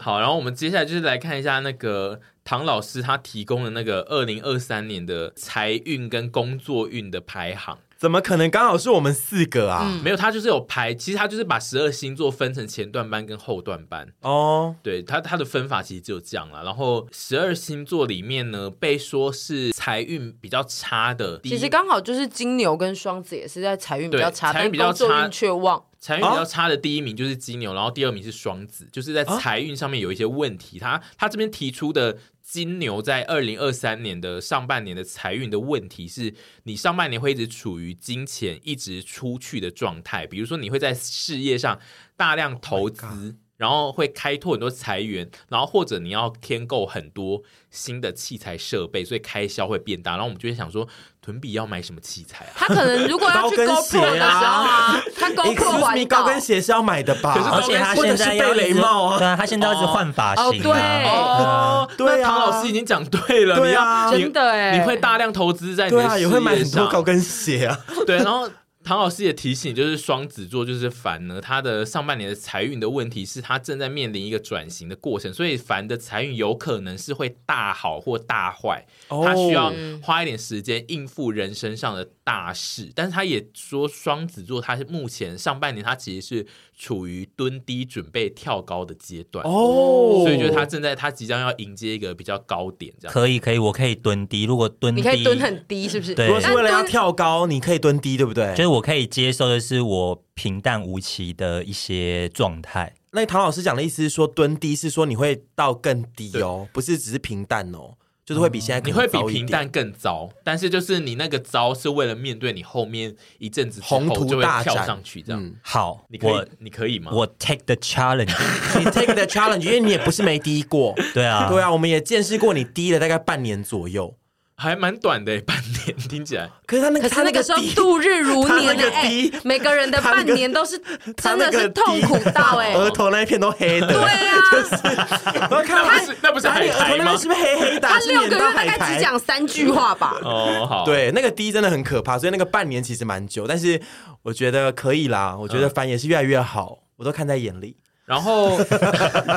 Speaker 5: 好，然后我们接下来就是来看一下那个唐老师他提供的那个二零二三年的财运跟工作运的排行。
Speaker 3: 怎么可能刚好是我们四个啊？
Speaker 5: 没有，他就是有排，其实他就是把十二星座分成前段班跟后段班。
Speaker 3: 哦，
Speaker 5: 对他他的分法其实只有这样啦。然后十二星座里面呢，被说是财运比较差的，第一
Speaker 4: 其实刚好就是金牛跟双子也是在财运比较差，
Speaker 5: 对财
Speaker 4: 但
Speaker 5: 运比较
Speaker 4: 工作
Speaker 5: 差
Speaker 4: 运却旺。
Speaker 5: 财运比较差的第一名就是金牛，然后第二名是双子，就是在财运上面有一些问题。他他这边提出的金牛在二零二三年的上半年的财运的问题是，你上半年会一直处于金钱一直出去的状态，比如说你会在事业上大量投资。然后会开拓很多财源，然后或者你要添购很多新的器材设备，所以开销会变大。然后我们就会想说，屯比要买什么器材啊？
Speaker 4: 他可能如果要
Speaker 3: 高
Speaker 4: 去
Speaker 3: 跟
Speaker 4: GoPro 的
Speaker 3: 鞋
Speaker 4: 时
Speaker 3: 啊
Speaker 4: 候啊， 他 GoPro
Speaker 3: Excuse
Speaker 4: 环
Speaker 3: me，
Speaker 4: 岛
Speaker 3: 高跟鞋是要买的吧？
Speaker 5: 可是
Speaker 6: 而且他现在要
Speaker 3: 或者是贝雷帽啊
Speaker 6: 一直对啊，他现在要一直换发型、啊
Speaker 4: 哦对
Speaker 5: 哦，
Speaker 3: 对啊
Speaker 5: 那唐老师已经讲对了，
Speaker 3: 对啊
Speaker 5: 你要
Speaker 4: 真的
Speaker 5: 你
Speaker 4: 哎，
Speaker 5: 你会大量投资在你
Speaker 3: 对
Speaker 5: 的
Speaker 3: 啊，也会买很
Speaker 5: 事业
Speaker 3: 多
Speaker 5: 上
Speaker 3: 高跟鞋啊。
Speaker 5: 对，然后唐老师也提醒，就是双子座就是凡呢，他的上半年的财运的问题是他正在面临一个转型的过程，所以凡的财运有可能是会大好或大坏，
Speaker 3: 哦
Speaker 5: 他需要花一点时间应付人生上的大事。但是他也说，双子座他是目前上半年他其实是处于蹲低准备跳高的阶段。
Speaker 3: 哦
Speaker 5: 所以就是他正在，他即将要迎接一个比较高点，这样。
Speaker 6: 可以可以，我可以蹲低，如果蹲低，
Speaker 4: 你可以蹲很低，是不是？
Speaker 6: 对
Speaker 3: 如果是为了要
Speaker 4: 但蹲
Speaker 3: 跳高，你可以蹲低，对不
Speaker 6: 就
Speaker 3: 对？
Speaker 6: 是我可以接受的是我平淡无奇的一些状态。
Speaker 3: 那唐老师讲的意思是说，蹲低是说你会到更低哦，不是只是平淡哦，就是会比现在
Speaker 5: 你
Speaker 3: 更
Speaker 5: 会比
Speaker 3: 糟一点
Speaker 5: 平淡更糟，但是就是你那个糟是为了面对你后面一阵子之后
Speaker 3: 宏图
Speaker 5: 就会
Speaker 3: 大
Speaker 5: 跳
Speaker 3: 展
Speaker 5: 上去这样。
Speaker 3: 嗯
Speaker 6: 好
Speaker 5: 你，可
Speaker 6: 我
Speaker 5: 以，你可以吗？
Speaker 6: 我 take the challenge。
Speaker 3: 你 take the challenge，因为你也不是没低 过。
Speaker 6: 对啊，
Speaker 3: 对啊，我们也见识过你低了大概半年左右，
Speaker 5: 还蛮短的耶， 半年听起来。
Speaker 3: 可是他那
Speaker 4: 可
Speaker 3: 个
Speaker 4: 是那
Speaker 3: 他
Speaker 4: 个
Speaker 3: 个
Speaker 4: 时候
Speaker 3: 低
Speaker 4: 度日如
Speaker 3: 他那
Speaker 4: 年
Speaker 3: 个
Speaker 4: 哎
Speaker 3: 低
Speaker 4: 每个人的
Speaker 3: 他那
Speaker 4: 半
Speaker 3: 个
Speaker 4: 年都是
Speaker 3: 他
Speaker 4: 真的
Speaker 3: 那个
Speaker 4: 是痛
Speaker 3: 低
Speaker 4: 苦 到哎，
Speaker 3: 额头那一片都黑欸的，对啊，就是 我看到
Speaker 5: 那不是那不是海
Speaker 3: 哪里
Speaker 5: 苔
Speaker 3: 额头那
Speaker 5: 吗。
Speaker 3: 边？是不是黑黑的啊？
Speaker 4: 他
Speaker 3: 是
Speaker 4: 六个
Speaker 3: 脸
Speaker 4: 月
Speaker 3: 到
Speaker 4: 大
Speaker 3: 海
Speaker 4: 概
Speaker 3: 苔
Speaker 4: 只讲三句话吧
Speaker 5: 哦，好，，
Speaker 3: 对，那个低真的很可怕，所以那个半年其实蛮久，但是我觉得可以啦，我觉
Speaker 5: 嗯
Speaker 3: 得反也是越来越好，我都看在眼里。
Speaker 5: 然后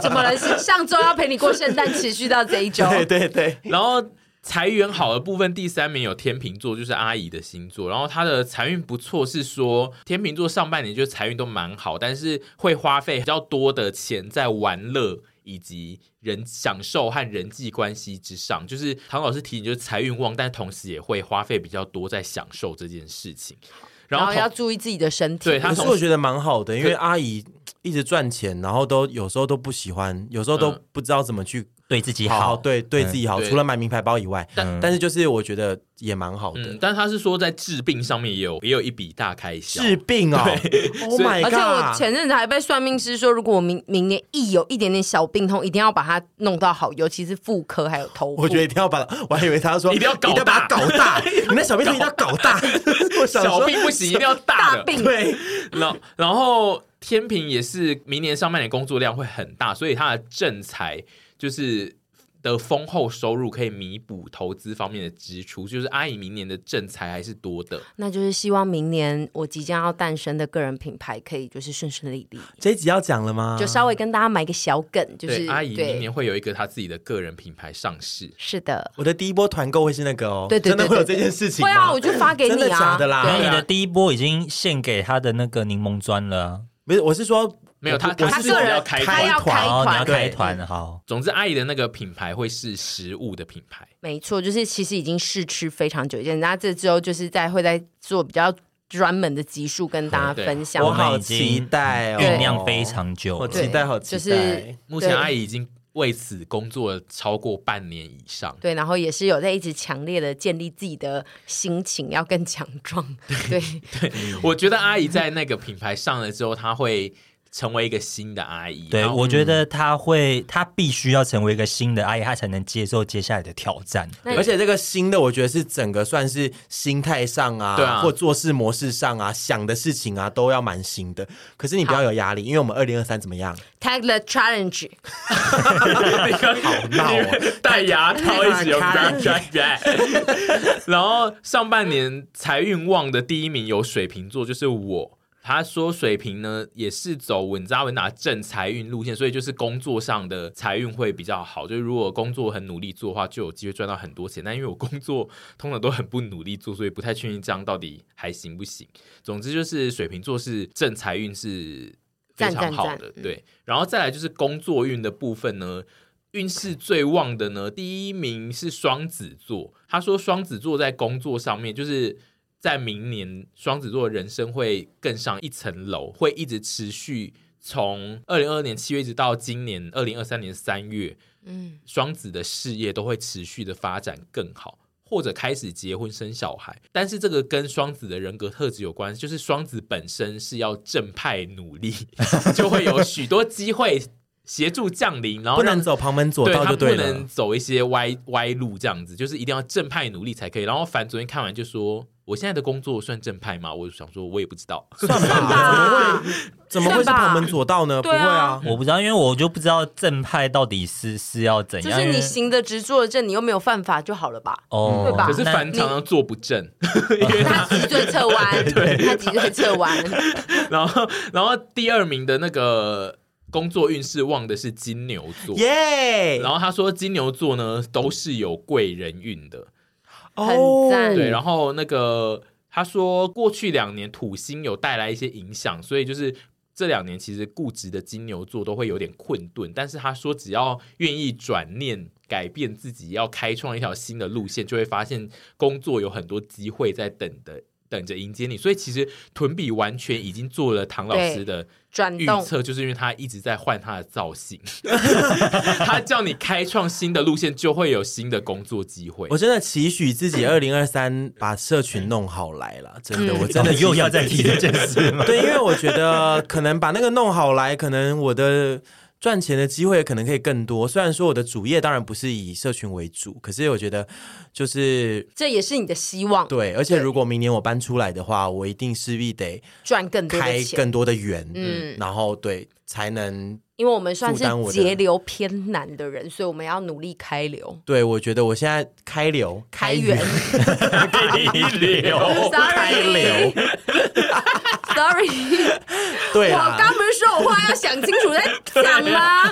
Speaker 4: 怎么了？是上周要陪你过圣诞，持续到这一周。
Speaker 3: 对对对，
Speaker 5: 然后财源好的部分，第三名有天秤座，就是阿姨的星座。然后她的财运不错，是说天秤座上半年就财运都蛮好，但是会花费比较多的钱在玩乐。以及人享受和人际关系之上，就是唐老师提醒，就是财运旺，但同时也会花费比较多在享受这件事情。
Speaker 4: 然
Speaker 5: 然后
Speaker 4: 后
Speaker 5: 同
Speaker 4: 要注意自己的身体。
Speaker 5: 对他
Speaker 3: 可是
Speaker 5: 从
Speaker 3: 我觉得蛮好的，因为阿姨一直赚钱，然后都有时候都不喜欢，有时候都
Speaker 5: 嗯
Speaker 3: 不知道怎么去
Speaker 6: 对自己
Speaker 3: 好
Speaker 6: 好，
Speaker 3: 对对自己好，
Speaker 5: 对
Speaker 3: 除了买名牌包以外，
Speaker 5: 但
Speaker 3: 但是就是我觉得也蛮好的
Speaker 5: 嗯，。但他是说在治病上面也有也有一笔大开销，
Speaker 3: 治病哦，Oh
Speaker 5: 所以
Speaker 3: my
Speaker 4: 而且我
Speaker 3: god！
Speaker 4: 前阵子还被算命师说，如果我明明年一有一点点小病痛，一定要把它弄到好，尤其是妇科还有头 部。
Speaker 3: 我觉得一定要把，我还以为他说
Speaker 5: 一定要搞大
Speaker 3: 把它搞 大，你那小病痛一定要搞大。 我想说
Speaker 5: 小病不行，一定要大
Speaker 4: 大
Speaker 5: 的。
Speaker 4: 病
Speaker 3: 对，
Speaker 5: 然后然后天平也是明年上半年工作量会很大，所以他的正财就是。的丰厚收入可以弥补投资方面的支出，就是阿姨明年的正财还是多的。
Speaker 4: 那就是希望明年我即将要诞生的个人品牌可以就是顺顺利利，
Speaker 3: 这一集要讲了吗？
Speaker 4: 就稍微跟大家埋个小梗，就是
Speaker 5: 啊对，阿姨明
Speaker 4: 对，
Speaker 5: 年会有一个她自己的个人品牌上市。
Speaker 4: 是的，
Speaker 3: 我的第一波团购会是那个哦，
Speaker 4: 对对
Speaker 3: 真
Speaker 4: 对
Speaker 3: 的会有
Speaker 4: 对
Speaker 3: 这
Speaker 4: 对
Speaker 3: 件事情
Speaker 4: 会啊，
Speaker 3: 吗
Speaker 4: 我？就发给
Speaker 3: 真
Speaker 4: 你
Speaker 3: 的假
Speaker 4: 啊，
Speaker 3: 的啦
Speaker 6: 然后
Speaker 4: 对
Speaker 6: 你
Speaker 5: 对啊
Speaker 6: 的第一波已经献给他的那个柠檬砖了啊，
Speaker 3: 不是，我是说
Speaker 5: 没有她
Speaker 3: 我
Speaker 5: 她
Speaker 3: 我
Speaker 4: 他
Speaker 3: 是
Speaker 5: 个
Speaker 4: 个
Speaker 5: 人
Speaker 4: 人
Speaker 5: 要开
Speaker 4: 他
Speaker 5: 团
Speaker 4: 要开
Speaker 6: 哦，你要
Speaker 4: 团，
Speaker 6: 开团好，
Speaker 5: 总之，阿姨的那个品牌会是食物的品牌。
Speaker 4: 没错，就是其实已经试吃非常久一件，那这之后就是在会在做比较专门的集数跟大家
Speaker 5: 对
Speaker 4: 分享。
Speaker 3: 我
Speaker 6: 们
Speaker 3: 好
Speaker 6: 已经
Speaker 3: 期待哦，
Speaker 6: 酝酿非常久
Speaker 3: 我
Speaker 6: 了。
Speaker 3: 期待，好期待。
Speaker 4: 就是
Speaker 5: 目前
Speaker 4: 对
Speaker 5: 阿姨已经为此工作了超过半年以上。
Speaker 4: 对，然后也是有在一直强烈的建立自己的心情，要更强壮。 对，
Speaker 6: 嗯
Speaker 5: 我觉得阿姨在那个品牌上了之后，她会成为一个新的阿姨。
Speaker 6: 对，
Speaker 5: 然后
Speaker 6: 我觉得他会，他必须要成为一个新的阿姨，他才能接受接下来的挑战。
Speaker 4: 那
Speaker 3: 而且这个新的，我觉得是整个算是心态上啊，
Speaker 5: 对啊
Speaker 3: 或做事模式上啊，想的事情啊，都要蛮新的。可是你不要有压力，因为我们二零二三怎么样？
Speaker 4: tag the challenge，
Speaker 5: 好
Speaker 3: 闹哦
Speaker 5: 戴牙套一起有然后上半年财运旺的第一名有水瓶座，就是我。他说水瓶呢也是走稳扎稳打正财运路线，所以就是工作上的财运会比较好。就是如果工作很努力做的话，就有机会赚到很多钱。但因为我工作通常都很不努力做，所以不太确定这样到底还行不行。总之就是水瓶座是正财运是非常好的，
Speaker 4: 赞赞赞
Speaker 5: 对。然后再来就是工作运的部分呢，运势最旺的呢，第一名是双子座。他说双子座在工作上面，就是在明年双子座的人生会更上一层楼，会一直持续从二零二二年七月一直到今年二零二三年三月，
Speaker 4: 嗯，
Speaker 5: 双子的事业都会持续的发展更好，或者开始结婚生小孩。但是这个跟双子的人格特质有关，就是双子本身是要正派努力， 就会有许多机会协助降临，然后
Speaker 3: 不
Speaker 5: 让
Speaker 3: 能走旁门左
Speaker 5: 对
Speaker 3: 道
Speaker 5: 他
Speaker 3: 就对
Speaker 5: 不
Speaker 3: 了
Speaker 5: 能。走一些歪歪路，这样子就是一定要正派努力才可以。然后凡昨天看完就说。我现在的工作算正派吗？我想说，我也不知道。
Speaker 3: 算吧，怎么会怎么会是
Speaker 4: 算吧
Speaker 3: 旁门左道呢？不
Speaker 4: 对
Speaker 3: 会
Speaker 4: 啊
Speaker 3: 啊，
Speaker 6: 我不知道，因为我就不知道正派到底是是要怎
Speaker 4: 就
Speaker 6: 样。哎
Speaker 4: 是你
Speaker 6: 因为
Speaker 4: 行得直坐得正，你又没有犯法就好了吧？
Speaker 6: 哦，
Speaker 4: 对吧
Speaker 5: 可是
Speaker 6: 那
Speaker 5: 凡常常坐不正，
Speaker 4: 他脊椎侧弯，他脊椎侧弯，
Speaker 5: 然后，然后第二名的那个工作运势旺的是金牛座。
Speaker 3: 耶！
Speaker 5: 啊然后他说金牛座呢都是有贵人运的，
Speaker 3: 哦
Speaker 4: 很赞
Speaker 3: 嗯
Speaker 5: 对。然后那个他说过去两年土星有带来一些影响，所以就是。这两年其实固执的金牛座都会有点困顿，但是他说只要愿意转念改变自己，要开创一条新的路线，就会发现工作有很多机会在等的等着迎接你。所以其实屯比完全已经做了唐老
Speaker 4: 对
Speaker 5: 师的
Speaker 4: 转
Speaker 5: 预
Speaker 4: 动。
Speaker 5: 测就是因为他一直在换他的造型， 他叫你开创新的路线，就会有新的工作机会
Speaker 3: 我。真的期许自己二零二三把社群弄好来了，真的，
Speaker 4: 嗯
Speaker 3: 我
Speaker 6: 真
Speaker 5: 哦
Speaker 6: 的
Speaker 3: 期许
Speaker 6: 又要再提这件 事吗？
Speaker 3: 对，因为我觉得可能把那个弄好来，可能我的赚钱的机会可能可以更多。虽然说我的主业当然不是以社群为主，可是我觉得就是
Speaker 4: 这也是你的希望，
Speaker 3: 对，而且
Speaker 4: 对
Speaker 3: 如果明年我搬出来的话，我一定势必得
Speaker 4: 赚更多
Speaker 3: 开
Speaker 4: 的钱，
Speaker 3: 更多的源，嗯
Speaker 4: 嗯，
Speaker 3: 然后对才能。
Speaker 4: 因为我们算
Speaker 3: 负
Speaker 4: 是
Speaker 3: 担我的
Speaker 4: 节流偏难的人，所以我们要努力开流、
Speaker 3: 对，我觉得我现在开流
Speaker 4: 开源。
Speaker 5: 流
Speaker 4: Sorry，Sorry，
Speaker 3: 对
Speaker 4: 我
Speaker 3: 啦，
Speaker 4: 刚不是说我话要想清楚再讲吗？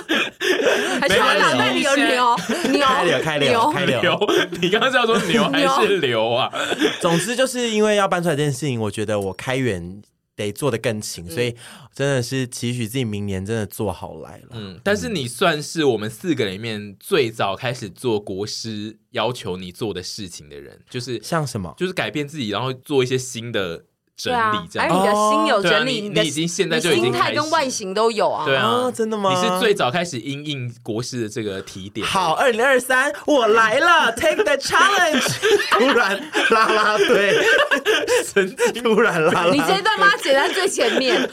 Speaker 4: 还是我脑袋里有牛牛
Speaker 3: 开流开流
Speaker 4: 牛
Speaker 3: 开流。
Speaker 5: 牛，你刚刚是要说牛还是流啊？
Speaker 3: 总之就是因为要搬出来这件事情，我觉得我开源得做得更勤，所以真的是期许自己明年真的做好来了。
Speaker 5: 嗯，但是你算是我们四个里面最早开始做国师要求你做的事情的人，就是
Speaker 3: 像什么？
Speaker 5: 就是改变自己，然后做一些新的整
Speaker 4: 啊
Speaker 5: 理，这
Speaker 4: 而
Speaker 5: 样。
Speaker 4: 你的心有
Speaker 5: 对啊
Speaker 4: 整理，
Speaker 5: 你
Speaker 4: 的
Speaker 5: 你已经现在
Speaker 4: 你
Speaker 5: 就已经
Speaker 4: 心
Speaker 5: 开
Speaker 4: 态
Speaker 5: 始
Speaker 4: 跟外形都有啊。
Speaker 5: 对啊
Speaker 7: 啊，
Speaker 3: 哦
Speaker 7: 真的吗
Speaker 5: 你是最早开始因应国师的这个提点。
Speaker 3: 好，，二零二三，我来了，Take the challenge！突 然拉拉队，突然拉
Speaker 4: 你
Speaker 3: 拉
Speaker 4: 这一段把它写在最前 面，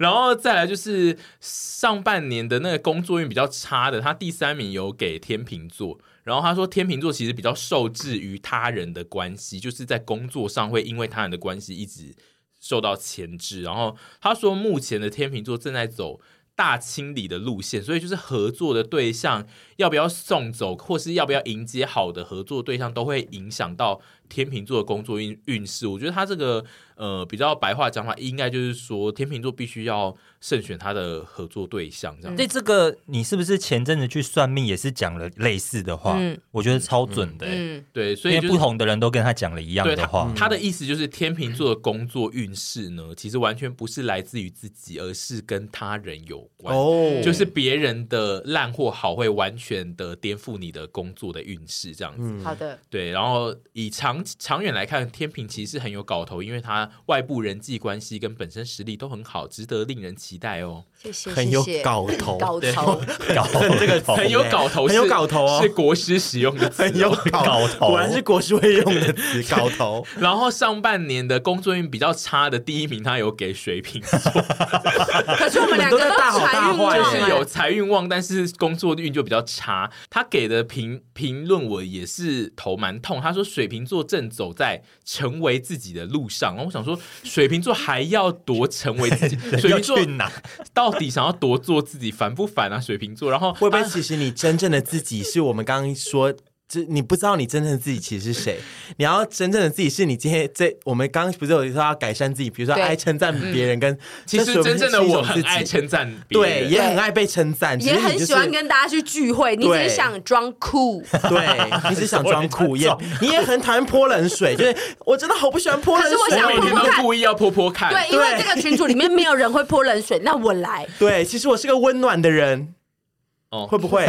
Speaker 5: 然后再来就是上半年的那个工作运比较差的，他第三名有给天秤座。然后他说，天秤座其实比较受制于他人的关系，就是在工作上会因为他人的关系一直受到牵制。然后他说，目前的天秤座正在走大清理的路线，所以就是合作的对象要不要送走，或是要不要迎接好的合作对象，都会影响到天秤座的工作运运势。我觉得他这个呃比较白话讲法，应该就是说天秤座必须要慎选他的合作对象，这样。
Speaker 6: 对这个，你是不是前阵子去算命也是讲了类似的话？
Speaker 4: 嗯
Speaker 6: 我觉得超准的、欸
Speaker 4: 嗯，
Speaker 5: 对，所以
Speaker 6: 因
Speaker 5: 就
Speaker 6: 为
Speaker 5: 是
Speaker 6: 不同的人都跟他讲了一样
Speaker 5: 对
Speaker 6: 的
Speaker 5: 他
Speaker 6: 话。
Speaker 5: 他的意思就是天秤座的工作运势呢，其实完全不是来自于自己，而是跟他人有关。
Speaker 3: 哦
Speaker 5: 就是别人的烂或好会完全的颠覆你的工作的运势，这样
Speaker 3: 嗯
Speaker 5: 子。
Speaker 4: 好的，
Speaker 5: 对，然后以长长远来看，天平其实是很有搞头，因为它外部人际关系跟本身实力都很好，值得令人期待哦。
Speaker 4: 谢谢，
Speaker 3: 很有
Speaker 4: 谢谢
Speaker 3: 搞头
Speaker 4: 高
Speaker 5: 对嗯
Speaker 4: 超，
Speaker 6: 搞这个
Speaker 5: 很有搞头
Speaker 3: 哦很
Speaker 5: 是，
Speaker 3: 有搞头哦
Speaker 5: 是国师使用的词 哦
Speaker 3: 很有
Speaker 6: 搞头
Speaker 3: 果然是国师会用的词，搞头。
Speaker 5: 然后上半年的工作运比较差的第一名，他有给水瓶座，
Speaker 4: 可是我们两个
Speaker 3: 你们都在大好
Speaker 4: 财运
Speaker 3: 大坏
Speaker 4: 旺
Speaker 5: 就是
Speaker 4: 哎
Speaker 5: 有财运旺，但是工作运就比较差。他给的评评论我也是头蛮痛，他说水瓶座正走在成为自己的路上。然后我想说，水瓶座还要多成 为自己？水
Speaker 6: 要
Speaker 5: 瓶座
Speaker 6: 去哪？
Speaker 5: 到底想要多做自己，烦不烦啊？水瓶座，然后
Speaker 3: 会不会
Speaker 5: 啊
Speaker 3: 其实你真正的自己是我们刚刚说，这你不知道你真正的自己其实是谁？你要真正的自己是你今天这，我们刚刚不是有说要改善自己，比如说
Speaker 4: 对
Speaker 3: 爱称赞别人， 跟
Speaker 5: 嗯其实真正的
Speaker 3: 这是我
Speaker 5: 我很爱。
Speaker 3: 们是一种自己
Speaker 5: 称赞别
Speaker 3: 对，
Speaker 5: 人，
Speaker 3: 也很爱被称赞，
Speaker 4: 也
Speaker 3: 只是
Speaker 4: 很
Speaker 3: 你就是
Speaker 4: 喜欢跟大家去聚会，你只是
Speaker 3: 对
Speaker 4: 想装酷，
Speaker 3: 对，你只想装 酷，也你也很讨厌泼冷水，就是我真的好不喜欢泼冷水。
Speaker 4: 可是我想
Speaker 5: 我每天
Speaker 4: 泼泼
Speaker 5: 都
Speaker 4: 看
Speaker 5: 故意要泼泼看。
Speaker 4: 对，因为这个群组里面没有人会泼冷水，那我来，
Speaker 3: 对，其实我是个温暖的人，
Speaker 5: 哦
Speaker 3: 会不 会？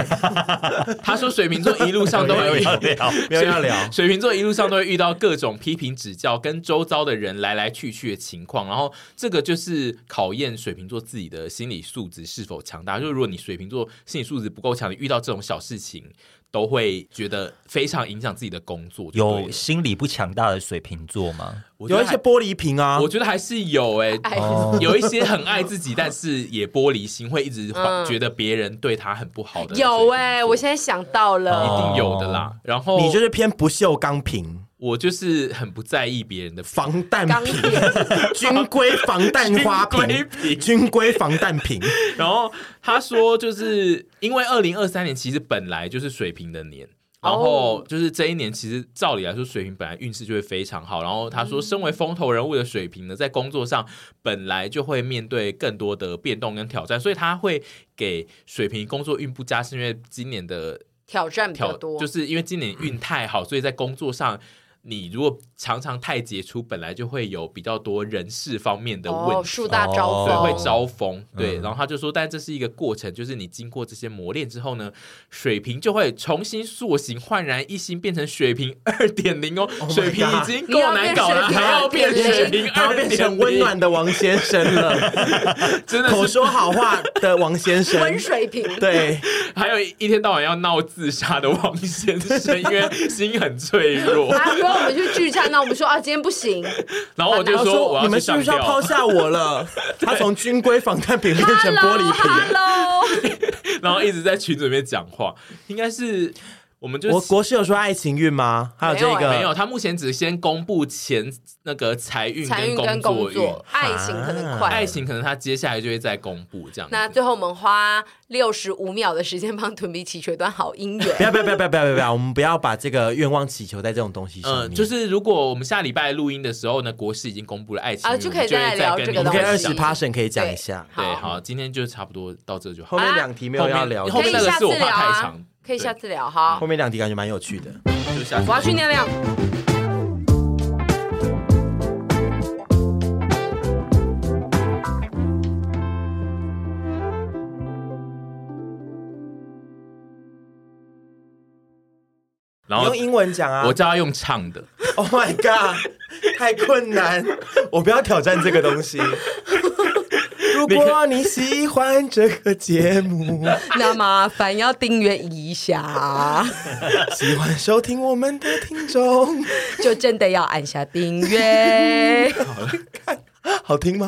Speaker 5: 他说水瓶座一路上 都会遇
Speaker 6: 要聊。
Speaker 3: 没 有要聊。
Speaker 5: 水 瓶座一路上都会遇到各种批评指教，跟周遭的人来来去去的情况，然后这个就是考验水瓶座自己的心理素质是否强大。就是如果你水瓶座心理素质不够强，你遇到这种小事情都会觉得非常影响自己的工作。就对了
Speaker 6: 有心理不强大的水瓶座吗？
Speaker 5: 我觉
Speaker 3: 有
Speaker 5: 得
Speaker 3: 一些玻璃瓶啊
Speaker 5: 还我，觉得还是有哎、
Speaker 4: 哎，
Speaker 5: 有一些很爱自己，但是也玻璃心，会一直
Speaker 4: 嗯
Speaker 5: 觉得别人对他很不好的水瓶座。
Speaker 4: 有哎，我现在想到了
Speaker 6: 哦，
Speaker 5: 一定有的啦。然后
Speaker 3: 你就是偏不锈钢瓶、
Speaker 5: 我就是很不在意别人的
Speaker 3: 防弹
Speaker 4: 钢
Speaker 3: 瓶、
Speaker 4: 铁
Speaker 3: 军规防弹花
Speaker 5: 军
Speaker 3: 瓶、军规防弹瓶，
Speaker 5: 然后 他说，就是因为二零二三年其实本来就是水瓶的年。
Speaker 4: 哦
Speaker 5: 然后就是这一年，其实照理来说，水瓶本来运势就会非常好。然后他说，身为
Speaker 4: 嗯
Speaker 5: 风头人物的水瓶呢，在工作上本来就会面对更多的变动跟挑战，所以他会给水瓶工作运不佳，是因为今年的
Speaker 4: 挑战比较
Speaker 5: 挑，
Speaker 4: 多，
Speaker 5: 就是因为今年运太好，所以在工作上，你如果常常太杰出，本来就会有比较多人事方面的问
Speaker 4: 哦，
Speaker 5: 题。
Speaker 4: 树大招
Speaker 6: 哦
Speaker 5: 对，
Speaker 4: 风，
Speaker 5: 会招风，
Speaker 3: 嗯
Speaker 5: 对，然后他就说，但这是一个过程，就是你经过这些磨练之后呢，水瓶就会重新塑形，焕然一新，变成水瓶 二点零哦。
Speaker 3: Oh my
Speaker 5: 水瓶已
Speaker 3: God
Speaker 5: 经
Speaker 4: 你
Speaker 5: 够
Speaker 4: 要
Speaker 5: 难
Speaker 4: 变
Speaker 5: 搞
Speaker 4: 水
Speaker 5: 了，
Speaker 4: 瓶
Speaker 5: 还要变
Speaker 4: 2.0
Speaker 5: 水瓶
Speaker 3: 然后
Speaker 5: 二
Speaker 3: 变成温暖，的王先生了，
Speaker 5: 真的
Speaker 3: 口
Speaker 5: 是
Speaker 3: 说好话的王先生。
Speaker 4: 温水瓶，
Speaker 3: 对，
Speaker 5: 还有一天到晚要闹自杀的王先生，因为心很脆 弱。
Speaker 4: 啊，如果我们去聚餐，那我们说啊，今天不 行，
Speaker 5: 然后我就
Speaker 3: 他
Speaker 5: 说，我
Speaker 3: 说：“
Speaker 5: 要
Speaker 3: 你
Speaker 5: 去
Speaker 3: 们是
Speaker 5: 上
Speaker 3: 不是要抛
Speaker 5: 吊。啊
Speaker 3: 下我了？”他从军规防弹瓶变成玻璃瓶。
Speaker 4: Hello，
Speaker 5: 然后一直在群组里面讲话，应该是我们就
Speaker 3: 我国师有说爱情运吗？还有这
Speaker 4: 没
Speaker 5: 没
Speaker 3: 个
Speaker 5: 有，他目前只先公布前那个财运
Speaker 4: 财运跟
Speaker 5: 工
Speaker 4: 工
Speaker 5: 作啊
Speaker 4: 作，爱情可能快，
Speaker 5: 爱。情可能他接下来就会再公布这样子。
Speaker 4: 那最后我们花六十五秒的时间帮屯比祈求一段好姻
Speaker 3: 不
Speaker 4: 缘。
Speaker 3: 要不要不要不要不要不要！我们不要把这个愿望祈求在这种东西上
Speaker 5: 呃，
Speaker 3: 面。
Speaker 5: 就是如果我们下礼拜录音的时候呢，国师已经公布了爱情
Speaker 4: 啊
Speaker 5: 运，
Speaker 4: 就
Speaker 5: 我
Speaker 4: 可以
Speaker 5: 们就
Speaker 4: 再
Speaker 5: 会
Speaker 4: 来
Speaker 5: 再
Speaker 4: 聊
Speaker 5: 跟
Speaker 4: 这
Speaker 5: 你
Speaker 4: 个
Speaker 3: 我们
Speaker 5: 们
Speaker 3: 可以
Speaker 4: 东
Speaker 3: 二
Speaker 4: 西
Speaker 3: 十 passion 可以讲一下。
Speaker 5: 对，
Speaker 4: 好
Speaker 5: 好，今天就差不多到这就好
Speaker 3: 后。面
Speaker 4: 啊
Speaker 3: 两题没有要聊的，
Speaker 5: 后
Speaker 4: 可
Speaker 5: 面
Speaker 4: 以
Speaker 5: 那个
Speaker 4: 下
Speaker 5: 是
Speaker 4: 次
Speaker 5: 我
Speaker 4: 聊
Speaker 5: 怕太
Speaker 4: 啊
Speaker 5: 长，
Speaker 4: 可以
Speaker 5: 对
Speaker 4: 下次聊好。
Speaker 3: 后面两题感觉蛮有趣的。
Speaker 5: 就下次
Speaker 4: 我要去尿尿。
Speaker 5: 然
Speaker 3: 你
Speaker 5: 后
Speaker 3: 用英文讲啊
Speaker 5: 我叫他用唱的，
Speaker 3: ！Oh my god！太困难，我不要挑战这个东西。如果你喜欢这个节目，
Speaker 4: 那麻烦要订阅一下，
Speaker 3: 喜欢收听我们的听众，
Speaker 4: 就真的要按下订阅。
Speaker 3: 好听吗？